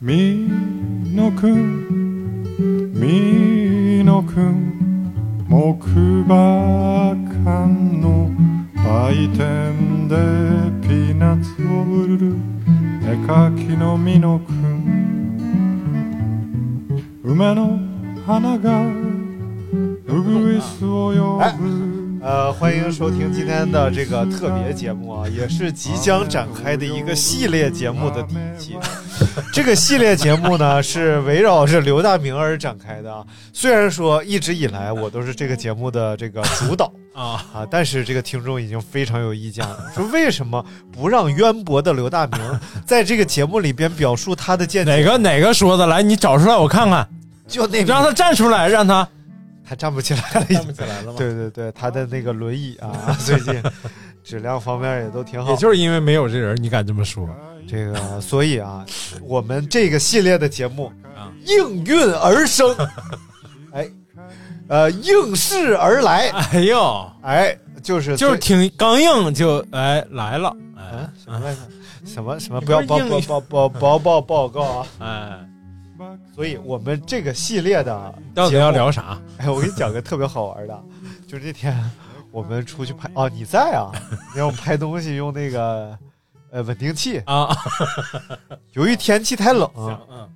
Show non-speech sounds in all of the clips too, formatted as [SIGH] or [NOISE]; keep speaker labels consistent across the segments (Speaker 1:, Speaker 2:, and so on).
Speaker 1: みのくんみのくん木馬館の売店でピーナッツを売る絵描きのみのくん梅の花がうぐいすを呼ぶ
Speaker 2: 呃，欢迎收听今天的这个特别节目啊，也是即将展开的一个系列节目的第一
Speaker 3: [LAUGHS]
Speaker 2: 期。这个系列节目呢，是围绕着刘大明而展开的啊。虽然说一直以来我都是这个节目的这个主导
Speaker 3: [LAUGHS] 啊，
Speaker 2: 啊，但是这个听众已经非常有意见了，说为什么不让渊博的刘大明在这个节目里边表述他的
Speaker 3: [LAUGHS]
Speaker 2: 见解？
Speaker 3: 哪个哪个说的？来，你找出来我看看，
Speaker 2: 就那
Speaker 3: 让
Speaker 2: 个
Speaker 3: 他站出来，让他
Speaker 2: 他站不起来了，已经。
Speaker 3: 起来了吗对，
Speaker 2: 对对对，他的那个轮椅
Speaker 3: [LAUGHS]
Speaker 2: 啊，最近质量方面也都挺好。
Speaker 3: 也就是因为没有这人，你敢这么说？
Speaker 2: 这个，所以啊，我们这个系列的节目
Speaker 3: 啊
Speaker 2: 应运而
Speaker 3: [LAUGHS]
Speaker 2: 生，哎，呃，应势而来，
Speaker 3: 哎呦，
Speaker 2: 哎，就是
Speaker 3: 就是
Speaker 2: 最
Speaker 3: 挺刚硬，就哎来了，哎
Speaker 2: 啊什么来着？什么什么？
Speaker 3: 你
Speaker 2: 不要
Speaker 3: 不
Speaker 2: 报
Speaker 3: 是
Speaker 2: 报
Speaker 3: 应
Speaker 2: 报报报报报告啊！
Speaker 3: 哎，
Speaker 2: 所以我们这个系列的
Speaker 3: 到底
Speaker 2: 节目
Speaker 3: 要聊啥？
Speaker 2: 哎，我给你讲个特别好玩的，就是那天我们出去拍哦，你在
Speaker 3: [LAUGHS]
Speaker 2: 啊？你让我们拍东西用那个呃稳定器，
Speaker 3: 啊， [LAUGHS]
Speaker 2: 由于天气太冷，
Speaker 3: 嗯，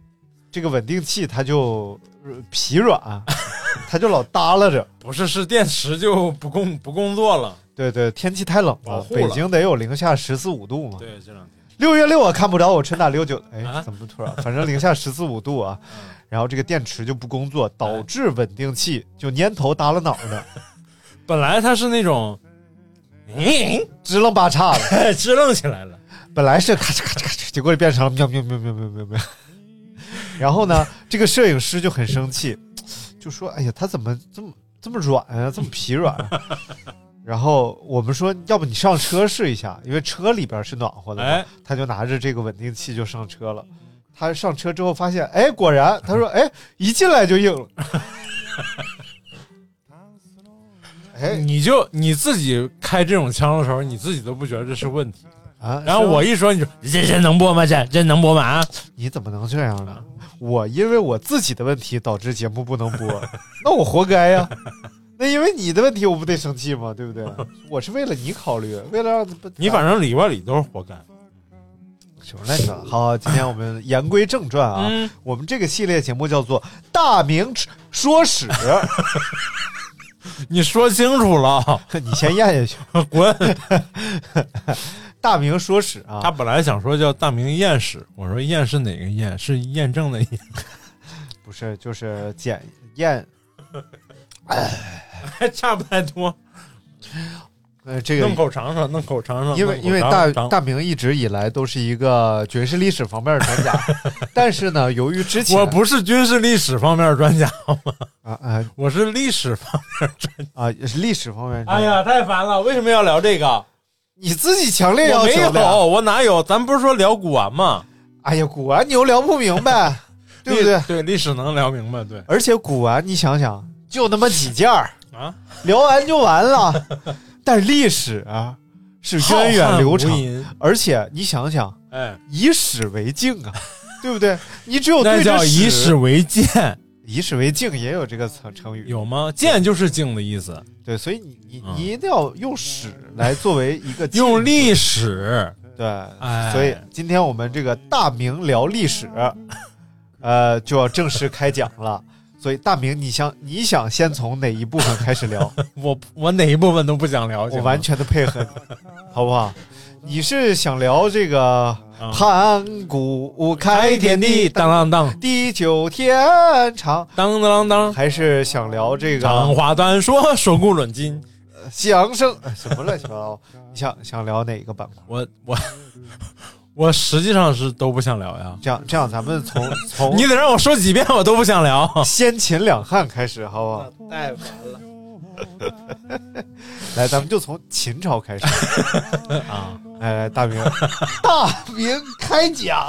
Speaker 2: 这个稳定器它就呃疲软， [LAUGHS] 它就老耷拉着。
Speaker 3: 不是，是电池就不工不工作了。
Speaker 2: 对对，天气太冷
Speaker 3: 保
Speaker 2: 了，
Speaker 3: 护了
Speaker 2: 北京得有零下十四五度嘛。
Speaker 3: 对，这两天
Speaker 2: 六月六啊，看不着我春打六九，哎，
Speaker 3: 啊嗯
Speaker 2: 怎么突然？反正零下十四五度
Speaker 3: [LAUGHS]
Speaker 2: 啊，然后这个电池就不工作，导致稳定器就蔫头耷拉脑的，
Speaker 3: 本来它是那种， [LAUGHS] 嗯，
Speaker 2: 支棱八叉的。
Speaker 3: 支棱起来了，
Speaker 2: 本来是咔哧咔哧咔哧，结果就变成了喵喵喵喵喵喵喵。然后呢，这个摄影师就很生气，就说：“哎呀，他怎么这么这么软啊，这么疲软、啊？” [LAUGHS] 然后我们说：“要不你上车试一下，因为车里边是暖和的嘛。
Speaker 3: 哎，
Speaker 2: 他就拿着这个稳定器就上车了。他上车之后发现，哎，果然，他说：“哎，一进来就硬了。 [LAUGHS] 哎
Speaker 3: 你就你自己开这种枪的时候，你自己都不觉得这是问题。
Speaker 2: 啊！
Speaker 3: 然后我一说，你说这这能播吗？这这能播吗？啊，
Speaker 2: 你怎么能这样呢？我因为我自己的问题导致节目不能播， [LAUGHS] 那我活该呀、那因为你的问题，我不得生气吗？对不对？我是为了你考虑，为了让
Speaker 3: 你反正里外里都是活该
Speaker 2: [LAUGHS] 什么来着？好，今天我们言归正传啊，
Speaker 3: 嗯
Speaker 2: 我们这个系列节目叫做《大明说史》， [LAUGHS]
Speaker 3: 你说清楚了， [LAUGHS]
Speaker 2: 你先咽下去。
Speaker 3: 滚！
Speaker 2: 啊大明说史啊，
Speaker 3: 他本来想说叫大明验史，我说验是哪个验？是验证的验。
Speaker 2: 不是就是检验
Speaker 3: [LAUGHS] 差不太多。
Speaker 2: 呃这个
Speaker 3: 弄。口尝尝，弄口尝尝。
Speaker 2: 因为
Speaker 3: 弄口
Speaker 2: 因为
Speaker 3: 尝
Speaker 2: 大
Speaker 3: 尝
Speaker 2: 大明一直以来都是一个军事历史方面的专
Speaker 3: [LAUGHS]
Speaker 2: 家，但是呢，由于之前
Speaker 3: 我不是军事历史方面的专家，
Speaker 2: 啊啊
Speaker 3: 我是历史方。
Speaker 2: 啊，也是历史方面。，
Speaker 3: 哎呀，太烦了！为什么要聊这个？
Speaker 2: 你自己强烈
Speaker 3: 我
Speaker 2: 要
Speaker 3: 没
Speaker 2: 求的呀。
Speaker 3: 有，我哪有？咱不是说聊古玩吗？
Speaker 2: 哎呀，古玩你又聊不明
Speaker 3: [LAUGHS]
Speaker 2: 白，对不对
Speaker 3: 历？对，历史能聊明
Speaker 2: [LAUGHS]
Speaker 3: 白，对
Speaker 2: 而且古玩你想想，就那么几件儿，
Speaker 3: 啊，
Speaker 2: 聊完就完
Speaker 3: [LAUGHS]
Speaker 2: 了。但历史啊，是源远流长
Speaker 3: 浩瀚无，垠。
Speaker 2: 而且你想想，
Speaker 3: 哎，
Speaker 2: 以史为镜
Speaker 3: [LAUGHS]
Speaker 2: 啊，对不对？你只有对
Speaker 3: 那
Speaker 2: 着
Speaker 3: 叫以史
Speaker 2: 史
Speaker 3: 为鉴，
Speaker 2: 以史为镜，也有这个成成语。
Speaker 3: 有吗？鉴就是镜的意思，
Speaker 2: 对，所以你你
Speaker 3: 嗯
Speaker 2: 你一定要用史来作为一个镜
Speaker 3: 用历史。
Speaker 2: 对，
Speaker 3: 哎，
Speaker 2: 所以今天我们这个大明聊历
Speaker 3: [LAUGHS]
Speaker 2: 史，呃，就要正式开讲了。所以大明，你想你想先从哪一部分开始
Speaker 3: [LAUGHS]
Speaker 2: 聊？
Speaker 3: 我我哪一部分都不想聊，
Speaker 2: 我完全的配合你，
Speaker 3: [LAUGHS]
Speaker 2: 好不好？你是想聊这个
Speaker 3: 嗯
Speaker 2: 盘古开
Speaker 3: 开
Speaker 2: 天
Speaker 3: 天地，
Speaker 2: 地
Speaker 3: 当当当
Speaker 2: 地久天长，
Speaker 3: 当当当。
Speaker 2: 还是想聊这
Speaker 3: 长
Speaker 2: 个
Speaker 3: 话短说，说古论今。
Speaker 2: 相声？哎什么乱七八糟？你想想聊哪个板块？
Speaker 3: 我 [LAUGHS] 我我实际上是都不想聊呀。
Speaker 2: 这样这样，咱们从从
Speaker 3: 你得让我说几遍，我都不想聊。 [LAUGHS]
Speaker 2: 先秦两汉开始，好不好？
Speaker 3: 太烦了
Speaker 2: [LAUGHS] 来，咱们就从秦朝开始。
Speaker 3: [LAUGHS] 啊！
Speaker 2: 哎，来大
Speaker 3: [LAUGHS]
Speaker 2: 明，大明开讲。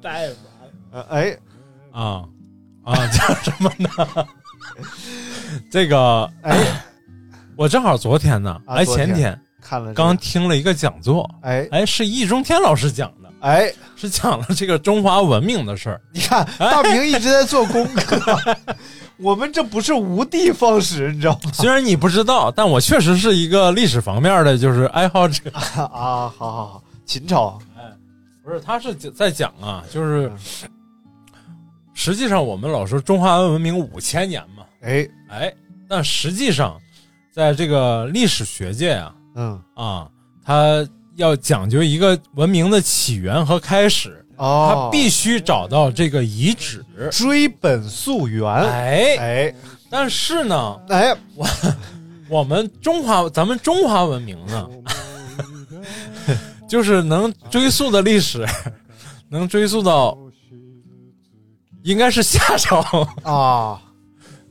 Speaker 3: 太烦
Speaker 2: 呃哎，
Speaker 3: 啊啊！ [LAUGHS] 叫什么呢？这个
Speaker 2: 哎，
Speaker 3: 我正好昨天呢，
Speaker 2: 啊
Speaker 3: 哎
Speaker 2: 昨
Speaker 3: 前
Speaker 2: 天
Speaker 3: 天
Speaker 2: 看了这个
Speaker 3: 刚听了一个讲座，
Speaker 2: 哎
Speaker 3: 哎是易中天老师讲的，
Speaker 2: 哎，
Speaker 3: 是讲了这个中华文明的事儿。
Speaker 2: 你看
Speaker 3: 哎
Speaker 2: 大明一直在做功课， [LAUGHS] 我们这不是无的放矢，你知道吗？
Speaker 3: [LAUGHS] 虽然你不知道，但我确实是一个历史方面的就是爱好者。
Speaker 2: 啊，好好好，秦朝，
Speaker 3: 不是，他是在讲啊，就是实际上我们老说中华文明五千年嘛，
Speaker 2: 哎，
Speaker 3: 哎，但实际上在这个历史学界啊，
Speaker 2: 嗯，
Speaker 3: 啊，它要讲究一个文明的起源和开始，
Speaker 2: 哦
Speaker 3: 它，必须找到这个遗址。
Speaker 2: 追本溯源，
Speaker 3: 哎，
Speaker 2: 哎
Speaker 3: 但是呢，
Speaker 2: 哎，
Speaker 3: 我们中华，咱们中华文明呢， [LAUGHS] 就是能追溯的历 [LAUGHS] 史，能追溯到应该是夏 [LAUGHS] 朝
Speaker 2: 啊，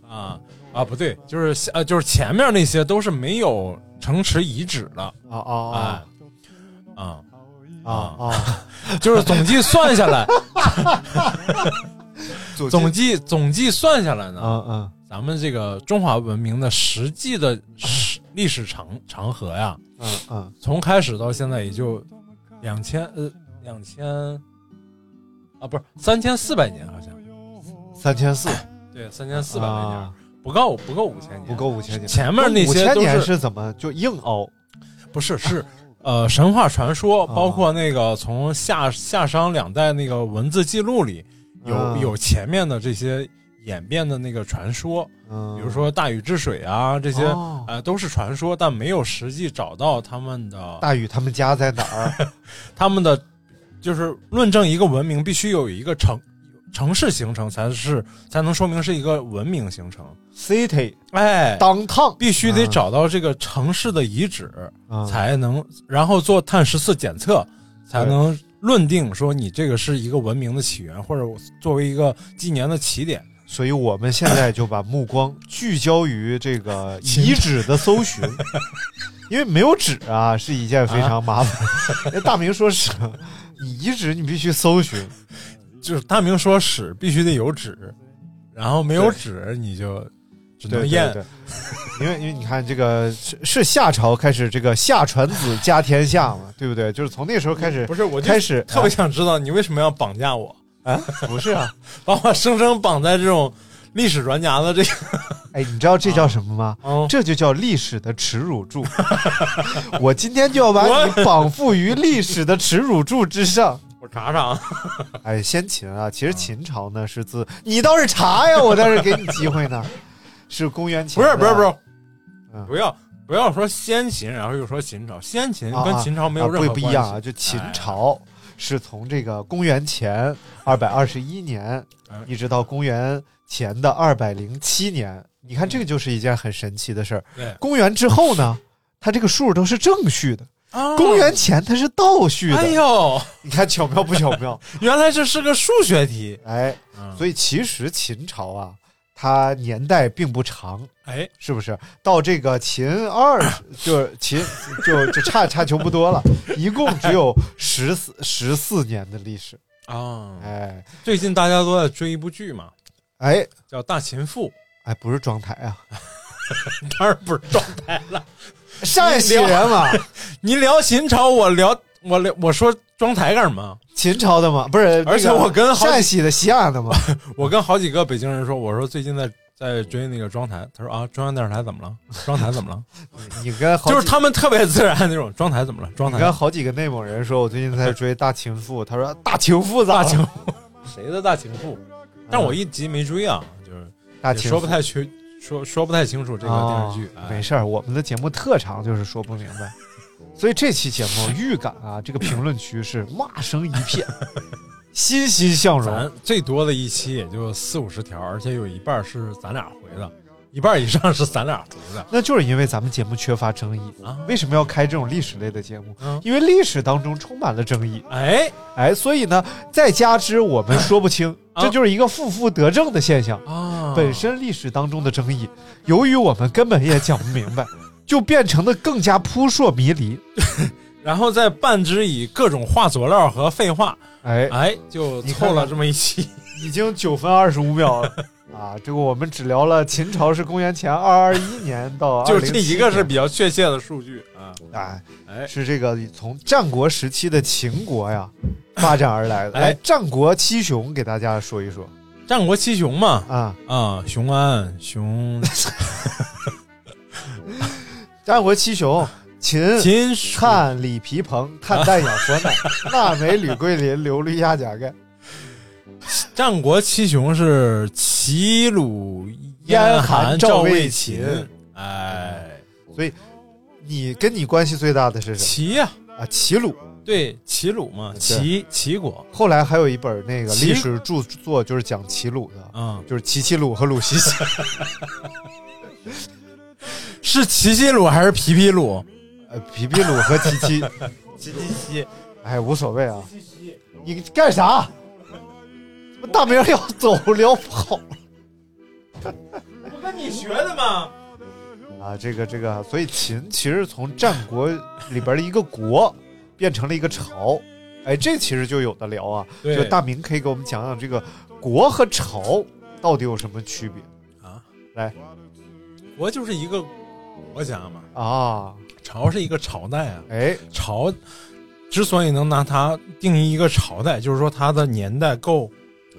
Speaker 3: 啊啊，不对，就是夏呃，就是前面那些都是没有城池遗址的，
Speaker 2: 啊
Speaker 3: 哎
Speaker 2: 啊
Speaker 3: 啊，
Speaker 2: 啊啊！
Speaker 3: 就是总计算下来，
Speaker 2: 总
Speaker 3: [LAUGHS] 总计总计算下来呢，
Speaker 2: 嗯嗯
Speaker 3: 咱们这个中华文明的实际的史历史长长河呀，
Speaker 2: 嗯嗯，
Speaker 3: 从开始到现在也就两千呃两千啊，不是三千四百年好像，
Speaker 2: 三千四，
Speaker 3: 对，三千四百
Speaker 2: 啊
Speaker 3: 年、不够不够五千年，
Speaker 2: 不够五千年，
Speaker 3: 前面那
Speaker 2: 五
Speaker 3: 些
Speaker 2: 千
Speaker 3: 都
Speaker 2: 年
Speaker 3: 是
Speaker 2: 是怎么就硬凹？
Speaker 3: 不是是呃神话传说，
Speaker 2: 啊
Speaker 3: 包括那个从夏夏商两代那个文字记录里有、
Speaker 2: 啊
Speaker 3: 有前面的这些演变的那个传说，
Speaker 2: 嗯，哦
Speaker 3: 比如说大禹治水啊这
Speaker 2: 这
Speaker 3: 些。呃，都是传说，但没有实际找到他们的
Speaker 2: 大禹他们家在哪 [LAUGHS] 儿？
Speaker 3: 他们的，就是论证一个文明必须有一个城城市形成，才是才能说明是一个文明形成。
Speaker 2: City
Speaker 3: 哎，
Speaker 2: downtown
Speaker 3: 必须得
Speaker 2: 嗯
Speaker 3: 找到这个城市的遗址，
Speaker 2: 嗯
Speaker 3: 才能然后做碳十四检测，才能论定说你这个是一个文明的起源，或者作为一个纪年的起点。
Speaker 2: 所以我们现在就把目光聚焦于这个 [LAUGHS]
Speaker 3: 秦
Speaker 2: 遗址的搜 [LAUGHS] 寻，因为没有纸啊是一件非常麻 [LAUGHS] 烦。大明说是你遗址你必须搜寻，
Speaker 3: 就是大明说史必须得有纸，然后没有
Speaker 2: 对
Speaker 3: 纸你就只
Speaker 2: 对
Speaker 3: 能
Speaker 2: 对
Speaker 3: 验
Speaker 2: 对， [LAUGHS] 因为因为你看这个是是夏朝开始这个夏传子家天下嘛，对不对？就是从那时候开始
Speaker 3: 不是，我就
Speaker 2: 开始
Speaker 3: 特别想知道你为什么要绑架
Speaker 2: 啊
Speaker 3: 我，
Speaker 2: 啊不是啊，
Speaker 3: [LAUGHS] 把我生生绑在这种历史专家的这个。
Speaker 2: 哎，你知道这叫什么吗？
Speaker 3: 嗯，
Speaker 2: 这就叫历史的耻辱柱。 [LAUGHS] 我今天就要把你绑缚于历史的耻辱柱之上。
Speaker 3: [LAUGHS] 我查查啊。
Speaker 2: 哎，先秦啊，其实秦朝呢是自你倒是查呀，我倒是给你机会呢，是公元前
Speaker 3: 不是不是不是，
Speaker 2: 嗯
Speaker 3: 不要不要说先秦，然后又说秦朝，先秦
Speaker 2: 啊
Speaker 3: 跟秦朝没有任何
Speaker 2: 啊、不
Speaker 3: 关系。哎
Speaker 2: 不一样啊，就秦朝是从这个公元前二百二十一年
Speaker 3: 哎
Speaker 2: 一直到公元前的二百零七年，你看这个就是一件很神奇的事儿。
Speaker 3: 对，
Speaker 2: 公元之后呢，它这个数都是正序的，
Speaker 3: 啊
Speaker 2: 公元前它是倒序的。
Speaker 3: 哎呦，
Speaker 2: 你看巧妙不巧
Speaker 3: [LAUGHS]
Speaker 2: 妙？
Speaker 3: 原来这是个数学题。嗯
Speaker 2: 哎，所
Speaker 3: 以
Speaker 2: 以其实秦朝啊，它年代并不长，
Speaker 3: 哎，
Speaker 2: 是不是？到这个秦二就是秦就就差差球不多了，一共只有十四十四年的历史。
Speaker 3: 啊，
Speaker 2: 哎
Speaker 3: 最近大家都在追一部剧嘛，
Speaker 2: 哎
Speaker 3: 叫《大秦赋》， [LAUGHS]
Speaker 2: 哎，不是装台啊，
Speaker 3: 当然不是状态了。哎
Speaker 2: 陕西人嘛，
Speaker 3: 你聊秦朝，我聊我聊我说装台干什么？啊
Speaker 2: 秦朝的嘛，不是。
Speaker 3: 而且
Speaker 2: 那个
Speaker 3: 我跟好几
Speaker 2: 陕西的、西安
Speaker 3: [LAUGHS]
Speaker 2: 的嘛，
Speaker 3: 我跟好几个北京人说，我说最近在在追那个妆台，他说啊，中央电视台怎么了？妆台怎么 [LAUGHS] 了？
Speaker 2: 你跟好几
Speaker 3: 就是他们特别自然那种，妆台怎么了？妆
Speaker 2: 你
Speaker 3: 台
Speaker 2: 跟好几个内蒙人说，我最近在追《大秦赋》，他说《大秦赋》咋
Speaker 3: 大
Speaker 2: 了
Speaker 3: 情妇，谁的大情妇？但我一集没追啊，就是
Speaker 2: 大
Speaker 3: 也
Speaker 2: 秦
Speaker 3: 说
Speaker 2: 赋
Speaker 3: 不太清，说说不太清楚这个电视剧。
Speaker 2: 哦
Speaker 3: 哎
Speaker 2: 没事儿，我们的节目特长就是说不明
Speaker 3: [LAUGHS]
Speaker 2: 白，所以这期节目预感啊，这个评论区是骂声一
Speaker 3: [LAUGHS]
Speaker 2: 片，欣欣向荣。
Speaker 3: 咱最多的一期也就四五十条，而且有一半是咱俩回的，一半以上是咱俩回的。
Speaker 2: 那就是因为咱们节目缺乏争议
Speaker 3: [LAUGHS] 啊
Speaker 2: 为什么要开这种历史类的节目
Speaker 3: 嗯？
Speaker 2: 因为历史当中充满了争议，
Speaker 3: 哎
Speaker 2: 哎，所以呢，再加之我们说不清，
Speaker 3: 啊
Speaker 2: 这就是一个负负得正的现象。
Speaker 3: 啊，
Speaker 2: 本身历史当中的争议，由于我们根本也讲不明白，就变成的更加扑朔迷离。
Speaker 3: 然后再半之以各种话佐料和废话，
Speaker 2: 哎，
Speaker 3: 哎，就
Speaker 2: 你看
Speaker 3: 凑了
Speaker 2: 看
Speaker 3: 这么一期。 [LAUGHS]
Speaker 2: 已经九分二十五秒了，啊，这个我们只聊了秦朝是公元前二二一年到
Speaker 3: [LAUGHS] 就是这
Speaker 2: 2007
Speaker 3: 一个是
Speaker 2: 年
Speaker 3: 比较确切的数据啊。
Speaker 2: 啊，
Speaker 3: 哎，
Speaker 2: 是这个从战国时期的秦国呀发展而来的。
Speaker 3: 哎
Speaker 2: 来，战国七雄给大家说一说
Speaker 3: 战国七雄嘛，
Speaker 2: 啊。
Speaker 3: 啊，雄安、雄
Speaker 2: 战国七雄：秦、
Speaker 3: 秦、蜀
Speaker 2: 汉、李、皮、
Speaker 3: [LAUGHS]
Speaker 2: 彭、炭、蛋、仰、索、奶、纳、美、吕、桂林、刘、绿、亚、甲盖、
Speaker 3: 战国七雄是齐、鲁、燕、韩、赵、魏、秦。哎，
Speaker 2: 所以，你跟你关系最大的是谁
Speaker 3: 齐呀、
Speaker 2: 啊？齐鲁。
Speaker 3: 对，齐鲁嘛，
Speaker 2: 对
Speaker 3: 齐齐国。
Speaker 2: 后来还有一本那个
Speaker 3: 齐
Speaker 2: 历史著作，就是讲齐鲁的，
Speaker 3: 嗯，
Speaker 2: 就是齐齐鲁和鲁西西。
Speaker 3: 是齐齐鲁还是皮皮鲁？
Speaker 2: 呃，皮皮鲁和齐齐，
Speaker 3: 齐齐西，
Speaker 2: 哎，无所谓啊。你干啥？怎么大明儿要走聊跑
Speaker 3: 不跟你学的吗？
Speaker 2: 啊？这个这个，所以秦其实从战国里边的一个国变成了一个朝，哎，这其实就有的聊啊。
Speaker 3: 对
Speaker 2: 就大明可以给我们讲讲这个国和朝到底有什么区别
Speaker 3: 啊，
Speaker 2: 来，
Speaker 3: 国就是一个国家嘛，
Speaker 2: 啊？
Speaker 3: 朝是一个朝代啊，
Speaker 2: 哎，
Speaker 3: 朝之所以能拿它定义一个朝代，就是说它的年代够，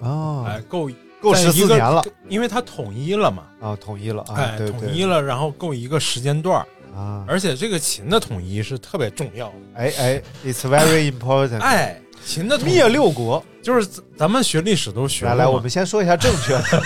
Speaker 3: 哎，
Speaker 2: 啊，
Speaker 3: 够
Speaker 2: 够
Speaker 3: 在一
Speaker 2: 十
Speaker 3: 个
Speaker 2: 四年了
Speaker 3: 因为它统一了嘛，
Speaker 2: 啊，统一了啊，
Speaker 3: 哎，
Speaker 2: 对
Speaker 3: 统一
Speaker 2: 对
Speaker 3: 了，然后够一个时间段儿，
Speaker 2: 啊，
Speaker 3: 而且这个秦的统一是特别重要的，
Speaker 2: 哎哎，It's very important。
Speaker 3: 哎，秦的统一
Speaker 2: 灭六国，
Speaker 3: 就是咱咱们学历史都学
Speaker 2: 来
Speaker 3: 过
Speaker 2: 来，
Speaker 3: 嘛
Speaker 2: 我们先说一下正确的，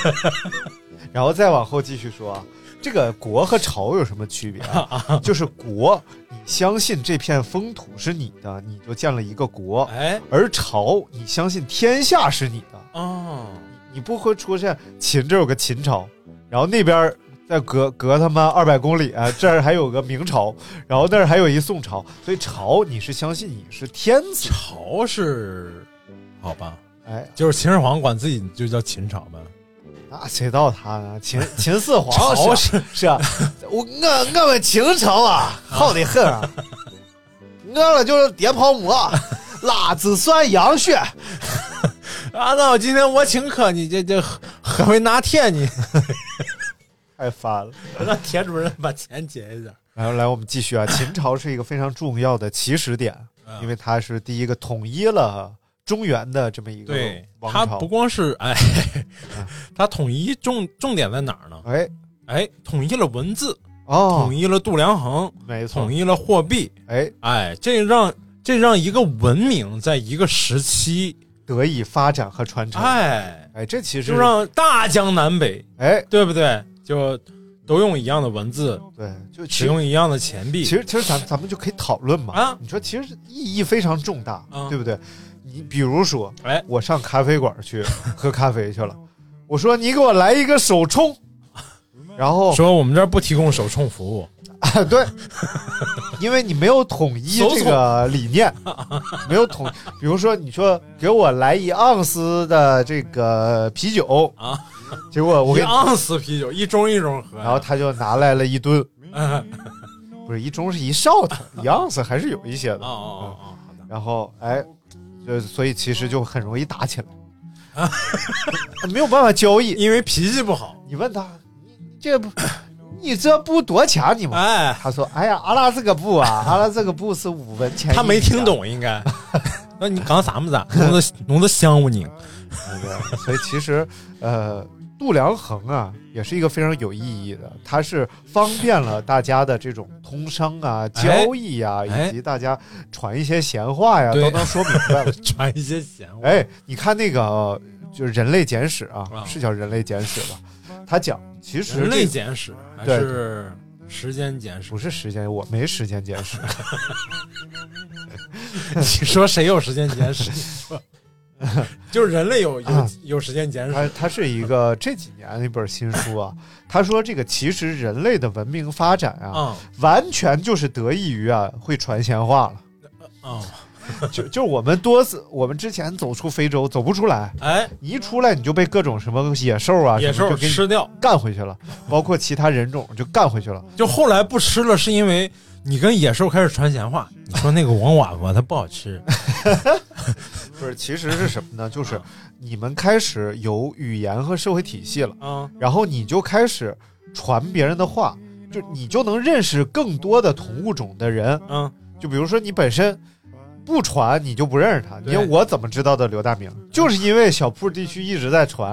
Speaker 2: 然后再往后继续说啊。这个国和朝有什么区别啊？就是国，你相信这片风土是你的，你就建了一个国；
Speaker 3: 哎
Speaker 2: 而朝，你相信天下是你的，
Speaker 3: 哦，
Speaker 2: 你不会出现秦这儿有个秦朝，然后那边儿再隔隔他妈二百公里啊，这儿还有个明朝，然后那儿还有一宋朝，所以朝你是相信你是天子，
Speaker 3: 朝是好吧，
Speaker 2: 哎，
Speaker 3: 就是秦始皇管自己就叫秦朝呗。
Speaker 2: 那谁到他呢？ [LAUGHS] 秦秦始皇
Speaker 3: 朝
Speaker 2: 是啊是啊， [LAUGHS] 我我我们秦朝啊，好的很啊，我了就是叠泡馍，辣子酸羊血，
Speaker 3: 啊，那我今天我请客，你这这何何为拿
Speaker 2: [LAUGHS]
Speaker 3: 铁你？
Speaker 2: 太烦了。
Speaker 3: 让田主任把钱结一下。
Speaker 2: [LAUGHS] 来来，我们继续啊。秦朝是一个非常重要的起始点，
Speaker 3: 嗯
Speaker 2: 因为它是第一个统一了中原的这么一个
Speaker 3: 对，
Speaker 2: 王
Speaker 3: 他
Speaker 2: 朝
Speaker 3: 不。光是哎， [LAUGHS] 他统一重重点在哪儿呢？
Speaker 2: 哎，
Speaker 3: 哎，统一了文字，
Speaker 2: 哦
Speaker 3: 统，一了度量衡，
Speaker 2: 没错
Speaker 3: 统，一了货币，
Speaker 2: 哎，
Speaker 3: 哎，这让这让一个文明在一个时期，
Speaker 2: 得以发展和传承。
Speaker 3: 哎，
Speaker 2: 哎，这其实
Speaker 3: 就让大江南北，
Speaker 2: 哎，
Speaker 3: 对不对？就都用一样的文字，
Speaker 2: 对，就其
Speaker 3: 使
Speaker 2: 实
Speaker 3: 用一样的钱币，
Speaker 2: 其实其实咱咱们就可以讨论嘛。
Speaker 3: 啊
Speaker 2: 你说其实意义非常重大，
Speaker 3: 啊
Speaker 2: 对不对？你比如说，
Speaker 3: 哎
Speaker 2: 我上咖啡馆去喝咖啡去了， [LAUGHS] 我说你给我来一个手 [LAUGHS] 冲，然后
Speaker 3: 说我们这儿不提供手冲服务，
Speaker 2: 啊 [LAUGHS] 对，因为你没有统一
Speaker 3: 手
Speaker 2: 这个理念， [LAUGHS] 没有统，比如说你说给我来一盎司的这个啤酒
Speaker 3: 啊，
Speaker 2: 结果我
Speaker 3: 一
Speaker 2: 给你，
Speaker 3: 盎司啤酒一盅一盅喝，
Speaker 2: 然后他就拿来了一 [LAUGHS] 吨，
Speaker 3: 啊
Speaker 2: 不是一盅是一哨子，一盎司还是有一些的
Speaker 3: 哦哦哦，好的，
Speaker 2: 然后哎，就所以其实就很容易打起来，
Speaker 3: 啊
Speaker 2: [LAUGHS] 没有办法交易。
Speaker 3: 因为脾气不好，
Speaker 2: 你问他，你这不， [COUGHS] 你这布多少钱你吗？
Speaker 3: 哎，
Speaker 2: 他说：“哎呀，阿拉这个布
Speaker 3: [LAUGHS]
Speaker 2: 啊，阿拉这个布是五文钱。”啊
Speaker 3: 他没听，懂应该。 [LAUGHS] 那你讲啥么
Speaker 2: [LAUGHS]
Speaker 3: 子？啊弄子弄子香不你？
Speaker 2: 对 [LAUGHS] 所以其实呃，度量衡啊，也是一个非常有意义的，它是方便了大家的这种通商啊、交易啊，
Speaker 3: 哎
Speaker 2: 以及大家传一些闲话呀，
Speaker 3: 对
Speaker 2: 都能说明白了。
Speaker 3: 传一些闲话。
Speaker 2: 哎，你看那个就是《人类简史》啊
Speaker 3: 啊，
Speaker 2: 是叫《人类简史》吧？他讲，其实
Speaker 3: 人
Speaker 2: 这
Speaker 3: 类
Speaker 2: 个
Speaker 3: 简史还
Speaker 2: 对
Speaker 3: 是时间简史 [LAUGHS]
Speaker 2: 不？是时间，我没时间简史。
Speaker 3: 你说谁有时间
Speaker 2: [LAUGHS]
Speaker 3: 简史？你说，就是人类有有
Speaker 2: 啊
Speaker 3: 有时间简史
Speaker 2: 他他是一个这几年的一本新书啊。他说这个其实人类的文明发展啊，
Speaker 3: 啊
Speaker 2: 完全就是得益于啊会传闲话了。
Speaker 3: 啊！
Speaker 2: 就就我们多次，我们之前走出非洲走不出来，
Speaker 3: 哎，
Speaker 2: 你一出来你就被各种什么野兽啊，
Speaker 3: 野
Speaker 2: 什么
Speaker 3: 兽
Speaker 2: 就给你
Speaker 3: 吃掉，
Speaker 2: 干回去了，包括其他人种就干回去了。
Speaker 3: 就后来不吃了，是因为你跟野兽开始传闲话，你说那个王娃娃它不好吃，
Speaker 2: 不是，其实是什么呢？就是你们开始有语言和社会体系了，
Speaker 3: [LAUGHS] 嗯，
Speaker 2: 然后你就开始传别人的话，就你就能认识更多的同物种的人。
Speaker 3: 嗯，
Speaker 2: 就比如说你本身不传，你就不认识他。你
Speaker 3: 对
Speaker 2: 看我怎么知道的刘大明，就是因为小铺地区一直在传。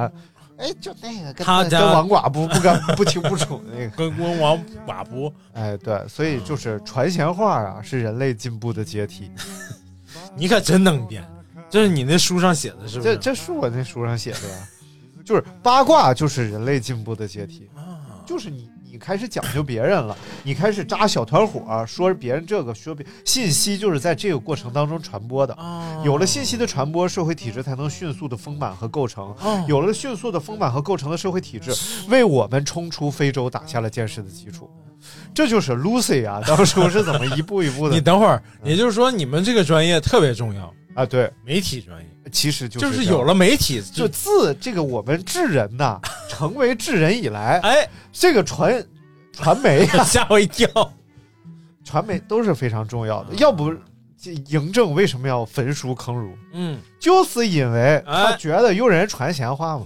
Speaker 2: 哎，就那个跟
Speaker 3: 他家
Speaker 2: 跟王寡不不 [LAUGHS] 跟不清不楚那个，
Speaker 3: 跟跟王寡妇，
Speaker 2: 哎，对，所以就是传闲话啊，是人类进步的阶梯。
Speaker 3: 你可真能编，这是你那书上写的，是不
Speaker 2: 这
Speaker 3: 是？
Speaker 2: 这是我那书上写的吧？就是八卦就是人类进步的阶梯，
Speaker 3: 啊
Speaker 2: 就是你你开始讲究别人了，你开始扎小团伙儿，说别人这个说别信息就是在这个过程当中传播的。
Speaker 3: 啊
Speaker 2: 有了信息的传播，社会体制才能迅速的丰满和构成。
Speaker 3: 哦
Speaker 2: 有了迅速的丰满和构成的社会体制，为我们冲出非洲打下了坚实的基础。这就是 Lucy 啊，当初是怎么一步一步
Speaker 3: 你
Speaker 2: 的
Speaker 3: 等会儿，也就是说你们这个专业特别重要，
Speaker 2: 啊？对，
Speaker 3: 媒体专业
Speaker 2: 其实就是这样
Speaker 3: 有了媒体
Speaker 2: 就
Speaker 3: 就
Speaker 2: 自这个我们智人
Speaker 3: [LAUGHS]
Speaker 2: 呐、成为智人以来， [LAUGHS]
Speaker 3: 哎
Speaker 2: 这个传传媒、 [LAUGHS]
Speaker 3: 吓我一跳，
Speaker 2: 传媒都是非常重要的。
Speaker 3: 嗯
Speaker 2: 要不，这嬴政为什么要焚书坑儒？
Speaker 3: 嗯，
Speaker 2: 就是因为他
Speaker 3: 哎
Speaker 2: 觉得有人传闲话嘛，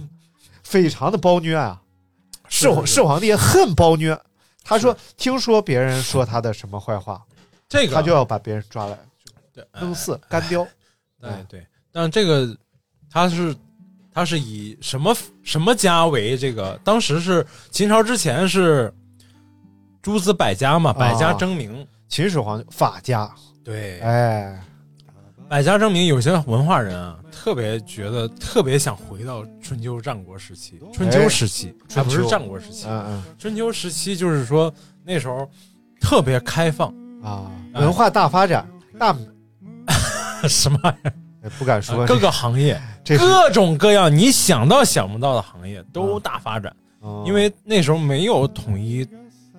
Speaker 2: 非常的包虐啊。
Speaker 3: 是
Speaker 2: 世
Speaker 3: 是
Speaker 2: 皇
Speaker 3: 是
Speaker 2: 世皇帝恨包虐，他说听说别人说他的什么坏话，
Speaker 3: 这个
Speaker 2: 他就要把别人抓来
Speaker 3: 对哎
Speaker 2: 弄死干掉。
Speaker 3: 对对，但这个他是他是以什么什么家为这个？当时是秦朝之前是诸子百家
Speaker 2: 啊
Speaker 3: 嘛，百家争鸣。
Speaker 2: 秦始皇法家，
Speaker 3: 对，
Speaker 2: 哎，
Speaker 3: 百家争鸣，有些文化人啊，特别觉得特别想回到春秋战国时期，春秋时期、还
Speaker 2: 哎春
Speaker 3: 不
Speaker 2: 秋
Speaker 3: 是战国时期，
Speaker 2: 嗯
Speaker 3: 春秋时期就是说那时候特别开放， [LAUGHS]
Speaker 2: 嗯啊，
Speaker 3: 哎
Speaker 2: 文化大发展，大
Speaker 3: 什么玩意
Speaker 2: 哎不敢
Speaker 3: 儿
Speaker 2: 说
Speaker 3: 各个行业、
Speaker 2: 这是
Speaker 3: 各种各样你想到想不到的行业都大发展。
Speaker 2: 嗯
Speaker 3: 因为那时候没有统一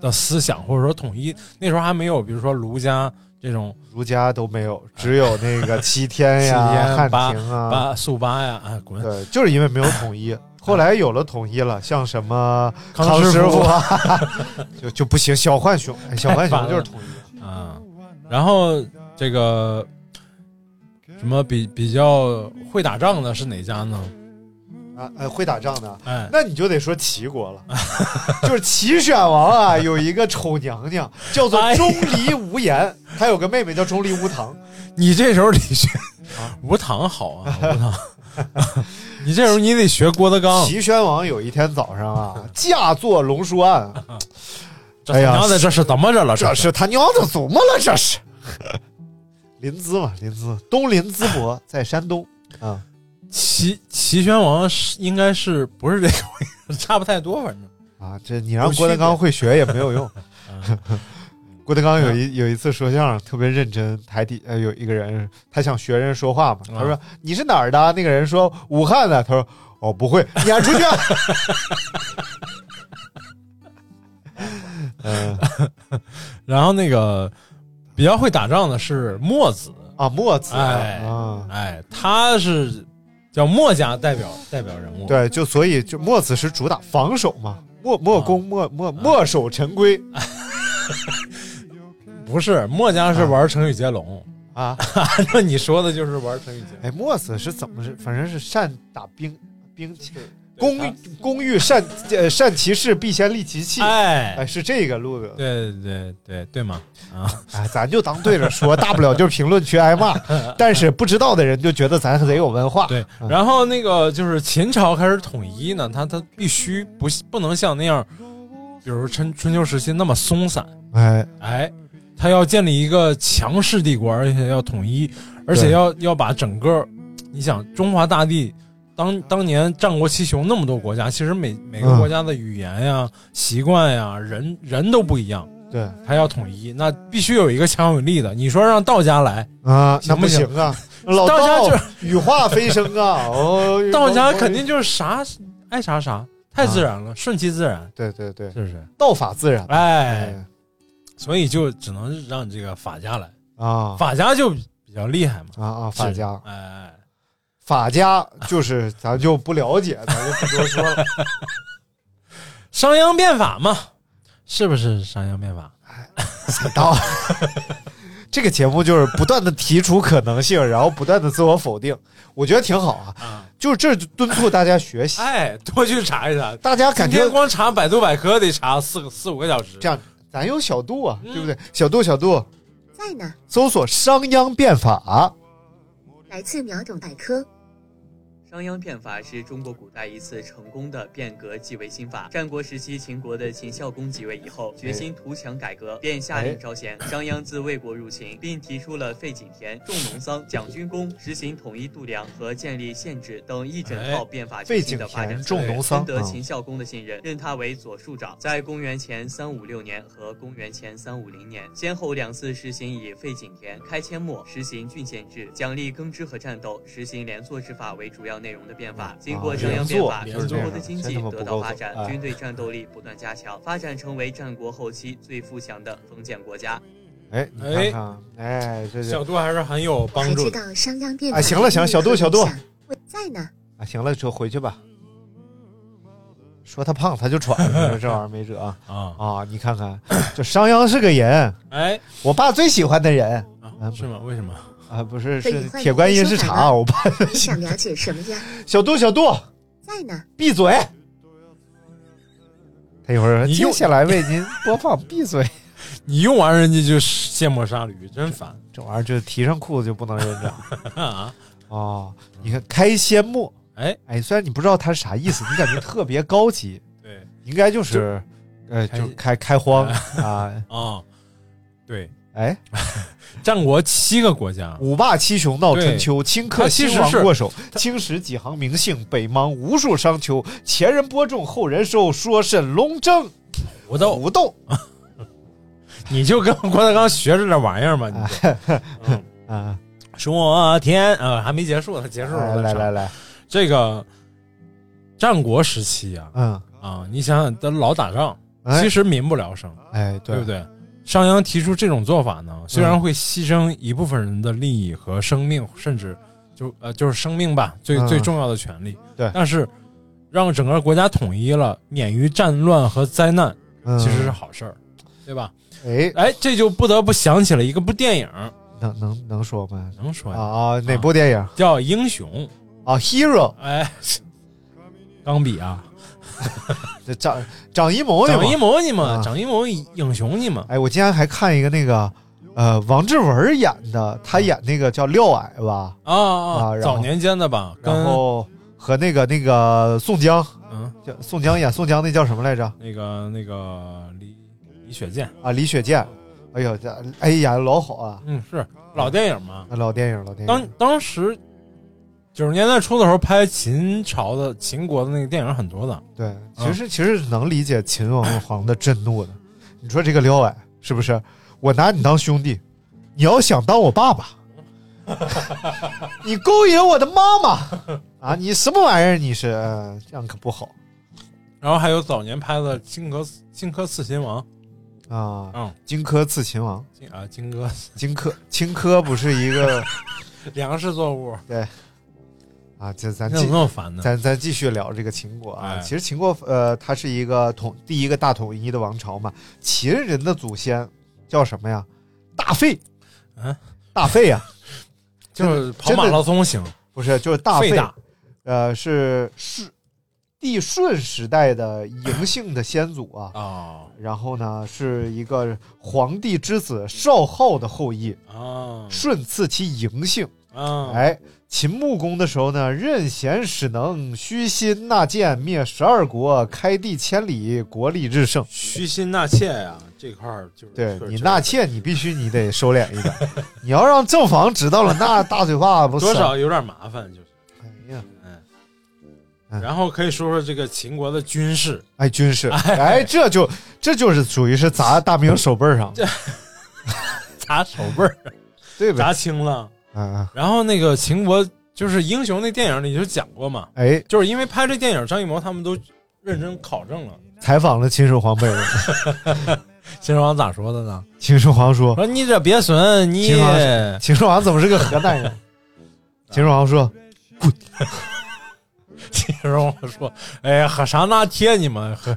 Speaker 3: 的思想，或者说统一那时候还没有，比如说儒家这种
Speaker 2: 儒家都没有，只有那
Speaker 3: [LAUGHS]
Speaker 2: 个七天呀、
Speaker 3: 哎七天
Speaker 2: 汉
Speaker 3: 八
Speaker 2: 庭啊，呃
Speaker 3: 八速八呀，啊，滚！
Speaker 2: 对，就是因为没有统一。后来有了统一了，像什么
Speaker 3: 康
Speaker 2: 康
Speaker 3: 师
Speaker 2: 师
Speaker 3: 傅
Speaker 2: 傅啊， [LAUGHS] 就就不行。小浣
Speaker 3: [LAUGHS]
Speaker 2: 熊，哎小浣
Speaker 3: 太
Speaker 2: 熊
Speaker 3: 烦
Speaker 2: 就
Speaker 3: 了
Speaker 2: 是统一。
Speaker 3: 啊，然后这个什么比比较会打仗的是哪家呢？ [LAUGHS]
Speaker 2: 啊，呃，会打仗的，
Speaker 3: 哎，
Speaker 2: 那你就得说齐国了。 [LAUGHS] 就是齐宣王
Speaker 3: [LAUGHS]
Speaker 2: 啊，有一个丑娘娘叫做
Speaker 3: 哎呀
Speaker 2: 钟离无言，她有个妹妹叫钟离无糖。
Speaker 3: 你这时候得学
Speaker 2: 啊
Speaker 3: 吴唐好啊，吴唐， [LAUGHS] 你这时候你得学郭德纲，
Speaker 2: 齐宣王有一天早上啊，驾坐龙书案，啊
Speaker 3: 这
Speaker 2: 哎呀
Speaker 3: 娘的这是怎么着了？
Speaker 2: 这
Speaker 3: 是
Speaker 2: 是他娘的祖母了，这是。 [LAUGHS] 临淄嘛，临淄，东临淄博，在山东啊。
Speaker 3: 齐齐宣王是应该是不是这个 [LAUGHS] 回事？差不太多，反正
Speaker 2: 啊，这你让郭德纲会学也没有用。 [LAUGHS] 郭德纲有一有一次说相声特别认真，台底呃有一个人他想学人说话嘛，他说你是哪儿的？那个人说武汉的，他说哦不 [LAUGHS] 会，撵出去。 [LAUGHS] 嗯
Speaker 3: 然后那个比较会打仗的是墨子，
Speaker 2: 啊，墨子
Speaker 3: 哎
Speaker 2: 啊，
Speaker 3: 哎，他是叫墨家代表代表人物。，
Speaker 2: 对，就所以就墨子是主打防守嘛，墨墨攻墨墨墨守成规
Speaker 3: 不是墨家是玩成语接龙， [LAUGHS]
Speaker 2: 啊。
Speaker 3: 按照你说的就是玩成语接龙。
Speaker 2: 哎，墨子是怎么是？反正是善打兵兵器，
Speaker 3: 对
Speaker 2: 工工欲善呃善其事，必先利其器。哎，
Speaker 3: 哎，
Speaker 2: 是这个路子。
Speaker 3: 对对对对嘛啊！
Speaker 2: 哎，咱就当对着说，大不了就是评论区挨
Speaker 3: [LAUGHS]
Speaker 2: 骂。但是不知道的人就觉得咱贼有文化。
Speaker 3: 对，
Speaker 2: 嗯
Speaker 3: 然后那个就是秦朝开始统一呢，他他必须不不能像那样，比如春春秋时期那么松散，
Speaker 2: 哎，
Speaker 3: 哎，他要建立一个强势帝国，而且要统一，而且
Speaker 2: 对
Speaker 3: 要要把整个，你想中华大地，当当年战国七雄那么多国家，其实每每个
Speaker 2: 嗯
Speaker 3: 国家的语言呀、习惯呀、人人都不一样，
Speaker 2: 对
Speaker 3: 他要统一，那必须有一个强有力的。你说让道家来，
Speaker 2: 啊，那
Speaker 3: 行
Speaker 2: 不
Speaker 3: 不行
Speaker 2: 行啊，老
Speaker 3: 道家
Speaker 2: 道
Speaker 3: 就
Speaker 2: 羽化飞升啊！
Speaker 3: [LAUGHS]
Speaker 2: 哦，
Speaker 3: 道家肯定就是啥爱啥啥，太自然了，顺其自然，
Speaker 2: 对对对，
Speaker 3: 啊是不是？
Speaker 2: 道法自然。
Speaker 3: 哎，所以就只能让这个法家来，
Speaker 2: 啊
Speaker 3: 法家就比较厉害
Speaker 2: 啊
Speaker 3: 嘛，
Speaker 2: 啊！法
Speaker 3: 是
Speaker 2: 家，
Speaker 3: 哎哎。
Speaker 2: 法家就是咱就不了解，咱就不多说了。
Speaker 3: 商鞅变法嘛，是不是商鞅变法？
Speaker 2: 想到了。 [LAUGHS] 这个节目就是不断的提出可能性，然后不断的自我否定，我觉得挺好啊。
Speaker 3: 啊，
Speaker 2: 就是这就敦促大家学习，
Speaker 3: 哎，多去查一查。
Speaker 2: 大家感
Speaker 3: 今
Speaker 2: 觉
Speaker 3: 天光查百度百科得查四个四五个小时。
Speaker 2: 这样，咱有小度啊，
Speaker 3: 嗯
Speaker 2: 对不对？小度，小度，
Speaker 4: 在呢，
Speaker 2: 搜索商鞅变法，
Speaker 4: 来自秒懂百科。
Speaker 5: 商鞅变法是中国古代一次成功的变革即位新法。战国时期，秦国的秦孝公即位以后，决心图强改革，便下令招贤。商鞅自魏国入秦，并提出了废井田、种农桑、奖军功、实行统一度量和建立县制等一整套变法
Speaker 2: 废井
Speaker 5: 全新的发展
Speaker 2: 田
Speaker 5: 策
Speaker 2: 种
Speaker 5: 略。
Speaker 2: 农桑
Speaker 5: 深得
Speaker 2: 啊，
Speaker 5: 秦孝公的信任，任他为左庶长。在公元前三五六年和公元前三五零年，先后两次实行以废井田、开阡陌、实行郡县制、奖励耕织和战斗、实行连坐制法为主要内容的变法。经过商鞅变法，
Speaker 3: 连
Speaker 5: 中
Speaker 3: 坐
Speaker 5: 国的经济得到发展
Speaker 2: 连坐，
Speaker 5: 军队战斗力不断加强，发展成为战国后期最富强的封建国家。
Speaker 2: 哎，你看看，哎，这是
Speaker 3: 小度还是很有
Speaker 4: 我还
Speaker 3: 帮助的。
Speaker 4: 知道商鞅变法。
Speaker 2: 哎行了行了小度小度。
Speaker 4: 在呢，
Speaker 2: 啊，行了，就回去吧。说他胖，他就喘，你说
Speaker 3: [LAUGHS]
Speaker 2: 这玩意儿没辙啊！
Speaker 3: 啊，
Speaker 2: 啊，你看看，这商鞅是个人，
Speaker 3: 哎，
Speaker 2: 我爸最喜欢的人
Speaker 3: 啊是吗？为什 [LAUGHS] 么？
Speaker 2: 啊，不是
Speaker 4: 被你
Speaker 2: 是
Speaker 4: 换
Speaker 2: 铁观音是茶，我爸
Speaker 4: 你想了解什么呀？
Speaker 2: 小度小度，
Speaker 4: 在呢，
Speaker 2: 闭嘴！他一会儿说
Speaker 3: 你又
Speaker 2: 接下来为您播放《闭嘴》
Speaker 3: 你用完人家就卸磨杀驴，真烦
Speaker 2: [LAUGHS] 这玩意儿，就提上裤子就不能扔着
Speaker 3: [LAUGHS] 啊！
Speaker 2: 哦。你看开先墨，
Speaker 3: 哎
Speaker 2: 哎，虽然你不知道它是啥意思，你感觉特别高级，
Speaker 3: 对
Speaker 2: 应该就是呃，
Speaker 3: 开
Speaker 2: 就开开
Speaker 3: [LAUGHS]
Speaker 2: 荒啊，
Speaker 3: 啊，对，
Speaker 2: 哎。
Speaker 3: 啊战国七个国家，
Speaker 2: 五霸七雄闹春秋，顷刻
Speaker 3: 他其实
Speaker 2: 兴亡
Speaker 3: 是
Speaker 2: 过手。青史几行名姓，北邙无数商丘。前人播种，后人收，说甚龙争
Speaker 3: 我都
Speaker 2: 虎斗
Speaker 3: [LAUGHS] 你就跟郭德纲学着这玩意
Speaker 2: [LAUGHS]
Speaker 3: 儿嘛，你
Speaker 2: 哎
Speaker 3: 就哦嗯
Speaker 2: 啊！
Speaker 3: 说天啊，还没结束呢，结束
Speaker 2: 哎来
Speaker 3: 了
Speaker 2: 来来来，
Speaker 3: 这个战国时期啊
Speaker 2: 嗯，
Speaker 3: 啊，你想想，咱老打仗，
Speaker 2: 哎
Speaker 3: 其实民不聊生，
Speaker 2: 哎，
Speaker 3: 对不对？商鞅提出这种做法呢，
Speaker 2: 嗯
Speaker 3: 虽然会牺牲一部分人的利益和生命，甚至就呃就是生命吧，最、
Speaker 2: 嗯
Speaker 3: 最重要的权利，
Speaker 2: 对
Speaker 3: 但是让整个国家统一了，免于战乱和灾难，
Speaker 2: 嗯
Speaker 3: 其实是好事儿，对吧？
Speaker 2: 哎，
Speaker 3: 哎，这就不得不想起了一个部电影，
Speaker 2: 能能能说吗？
Speaker 3: 能说
Speaker 2: 啊
Speaker 3: 呀，
Speaker 2: 啊，哪部电影
Speaker 3: 叫《英雄》。
Speaker 2: 啊？Hero，
Speaker 3: 哎，钢笔啊，
Speaker 2: 这张张艺谋
Speaker 3: 张
Speaker 2: 对
Speaker 3: 艺
Speaker 2: 吗？
Speaker 3: 谋你们
Speaker 2: 啊，
Speaker 3: 张艺谋英雄你们，
Speaker 2: 哎，我今天还看一个那个，呃，王志文演的，
Speaker 3: 嗯
Speaker 2: 他演那个叫廖矮吧，
Speaker 3: 啊啊
Speaker 2: 啊
Speaker 3: 啊，
Speaker 2: 然后
Speaker 3: 早年间的吧，跟
Speaker 2: 然后和那个那个宋江，
Speaker 3: 嗯
Speaker 2: 叫宋江演宋江那叫什么来着？
Speaker 3: 那个那个李李雪健，
Speaker 2: 啊，李雪健，哎呦，这哎呀，老好啊，
Speaker 3: 嗯，是老电影嘛。
Speaker 2: 那老电影，老电
Speaker 3: 当
Speaker 2: 影，
Speaker 3: 当时九十年代初的时候，拍秦朝的秦国的那个电影很多的，
Speaker 2: 对，其实其实能理解秦王皇的震怒的。你说这个廖矮是不是？我拿你当兄弟，你要想当我爸爸，你勾引我的妈妈啊！你什么玩意儿？你是、呃这样可不好
Speaker 3: 然后还有早年拍的《荆轲荆轲刺秦王》，
Speaker 2: 啊！
Speaker 3: 嗯，
Speaker 2: 荆轲刺秦王，
Speaker 3: 荆啊荆轲
Speaker 2: 荆轲 [LAUGHS] 荆轲不是一个
Speaker 3: 粮食作物，
Speaker 2: 啊？这咱
Speaker 3: 你怎么
Speaker 2: 继
Speaker 3: 那么烦呢？
Speaker 2: 咱咱继续聊这个秦国啊。
Speaker 3: 嗯哎
Speaker 2: 其实秦国呃，它是一个统第一个大统一的王朝嘛。秦人的祖先叫什么呀？大费，
Speaker 3: 嗯，
Speaker 2: [LAUGHS] 大费呀、
Speaker 3: 就是跑马拉松型，
Speaker 2: 不是，就是大
Speaker 3: 费
Speaker 2: 费，
Speaker 3: 大
Speaker 2: 呃，是是帝舜时代的嬴姓的先祖啊。
Speaker 3: 啊
Speaker 2: 然后呢，是一个皇帝之子少昊的后裔，
Speaker 3: 啊
Speaker 2: 舜赐其嬴姓。
Speaker 3: 啊！
Speaker 2: 哎，秦穆公的时候呢，任贤使能，虚心纳谏，灭十二国，开地千里，国力日盛。
Speaker 3: 虚心纳妾呀、这块儿就是
Speaker 2: 对
Speaker 3: 就是
Speaker 2: 你纳妾，你必须你得收敛一点，你要让正房知道了，那大嘴巴不
Speaker 3: 多
Speaker 2: 散
Speaker 3: 少有点麻烦，就是
Speaker 2: 哎呀，
Speaker 3: 嗯。然后可以说说这个秦国的军事，
Speaker 2: 哎，军
Speaker 3: [LAUGHS]
Speaker 2: 事，哎，这就这就是属于是砸大明手背儿上，
Speaker 3: 砸手背儿，
Speaker 2: [LAUGHS] 对吧？
Speaker 3: 砸青了。
Speaker 2: 嗯，嗯
Speaker 3: 然后那个秦国就是英雄那电影里就讲过嘛，
Speaker 2: 哎，
Speaker 3: 就是因为拍这电影，张艺谋他们都认真考证了。
Speaker 2: 采访了秦始皇本人，
Speaker 3: 秦始皇咋说的呢？
Speaker 2: [LAUGHS] 秦始皇说，
Speaker 3: [LAUGHS] 说你这别损，你
Speaker 2: 秦始皇秦始皇怎么是个河南
Speaker 3: [LAUGHS]
Speaker 2: 人？秦始皇说，
Speaker 3: 秦 [LAUGHS] 始皇说，哎呀， [LAUGHS]
Speaker 2: 嗯
Speaker 3: 喝啥拿铁你们，喝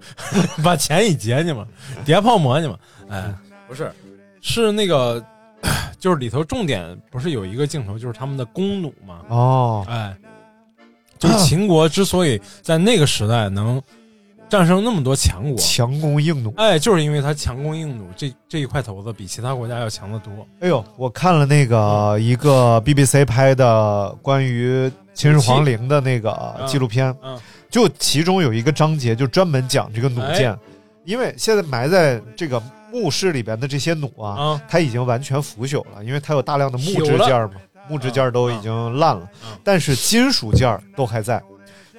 Speaker 3: 把钱一结你们，叠泡馍你们，哎，我不是，是那个， [CLEARS THROAT] 就是里头重点不是有一个镜头，就是他们的弓弩嘛？
Speaker 2: 哦，
Speaker 3: 哎，就是秦国之所以在那个时代能战胜那么多强国，
Speaker 2: 强弓硬弩。
Speaker 3: 哎，就是因为他强弓硬弩这这一块头子比其他国家要强得多。
Speaker 2: 哎呦，我看了那个一个 BBC 拍的关于秦始皇陵的那个纪录片，
Speaker 3: 嗯，
Speaker 2: 就其中有一个章节就专门讲这个弩
Speaker 3: 哎
Speaker 2: 箭，因为现在埋在这个墓室里边的这些弩啊，
Speaker 3: 啊，
Speaker 2: 它已经完全腐朽了，因为它有大量的木质
Speaker 3: 朽了
Speaker 2: 件儿嘛，木质件儿都已经烂了，
Speaker 3: 嗯嗯
Speaker 2: 但是金属件儿都还在。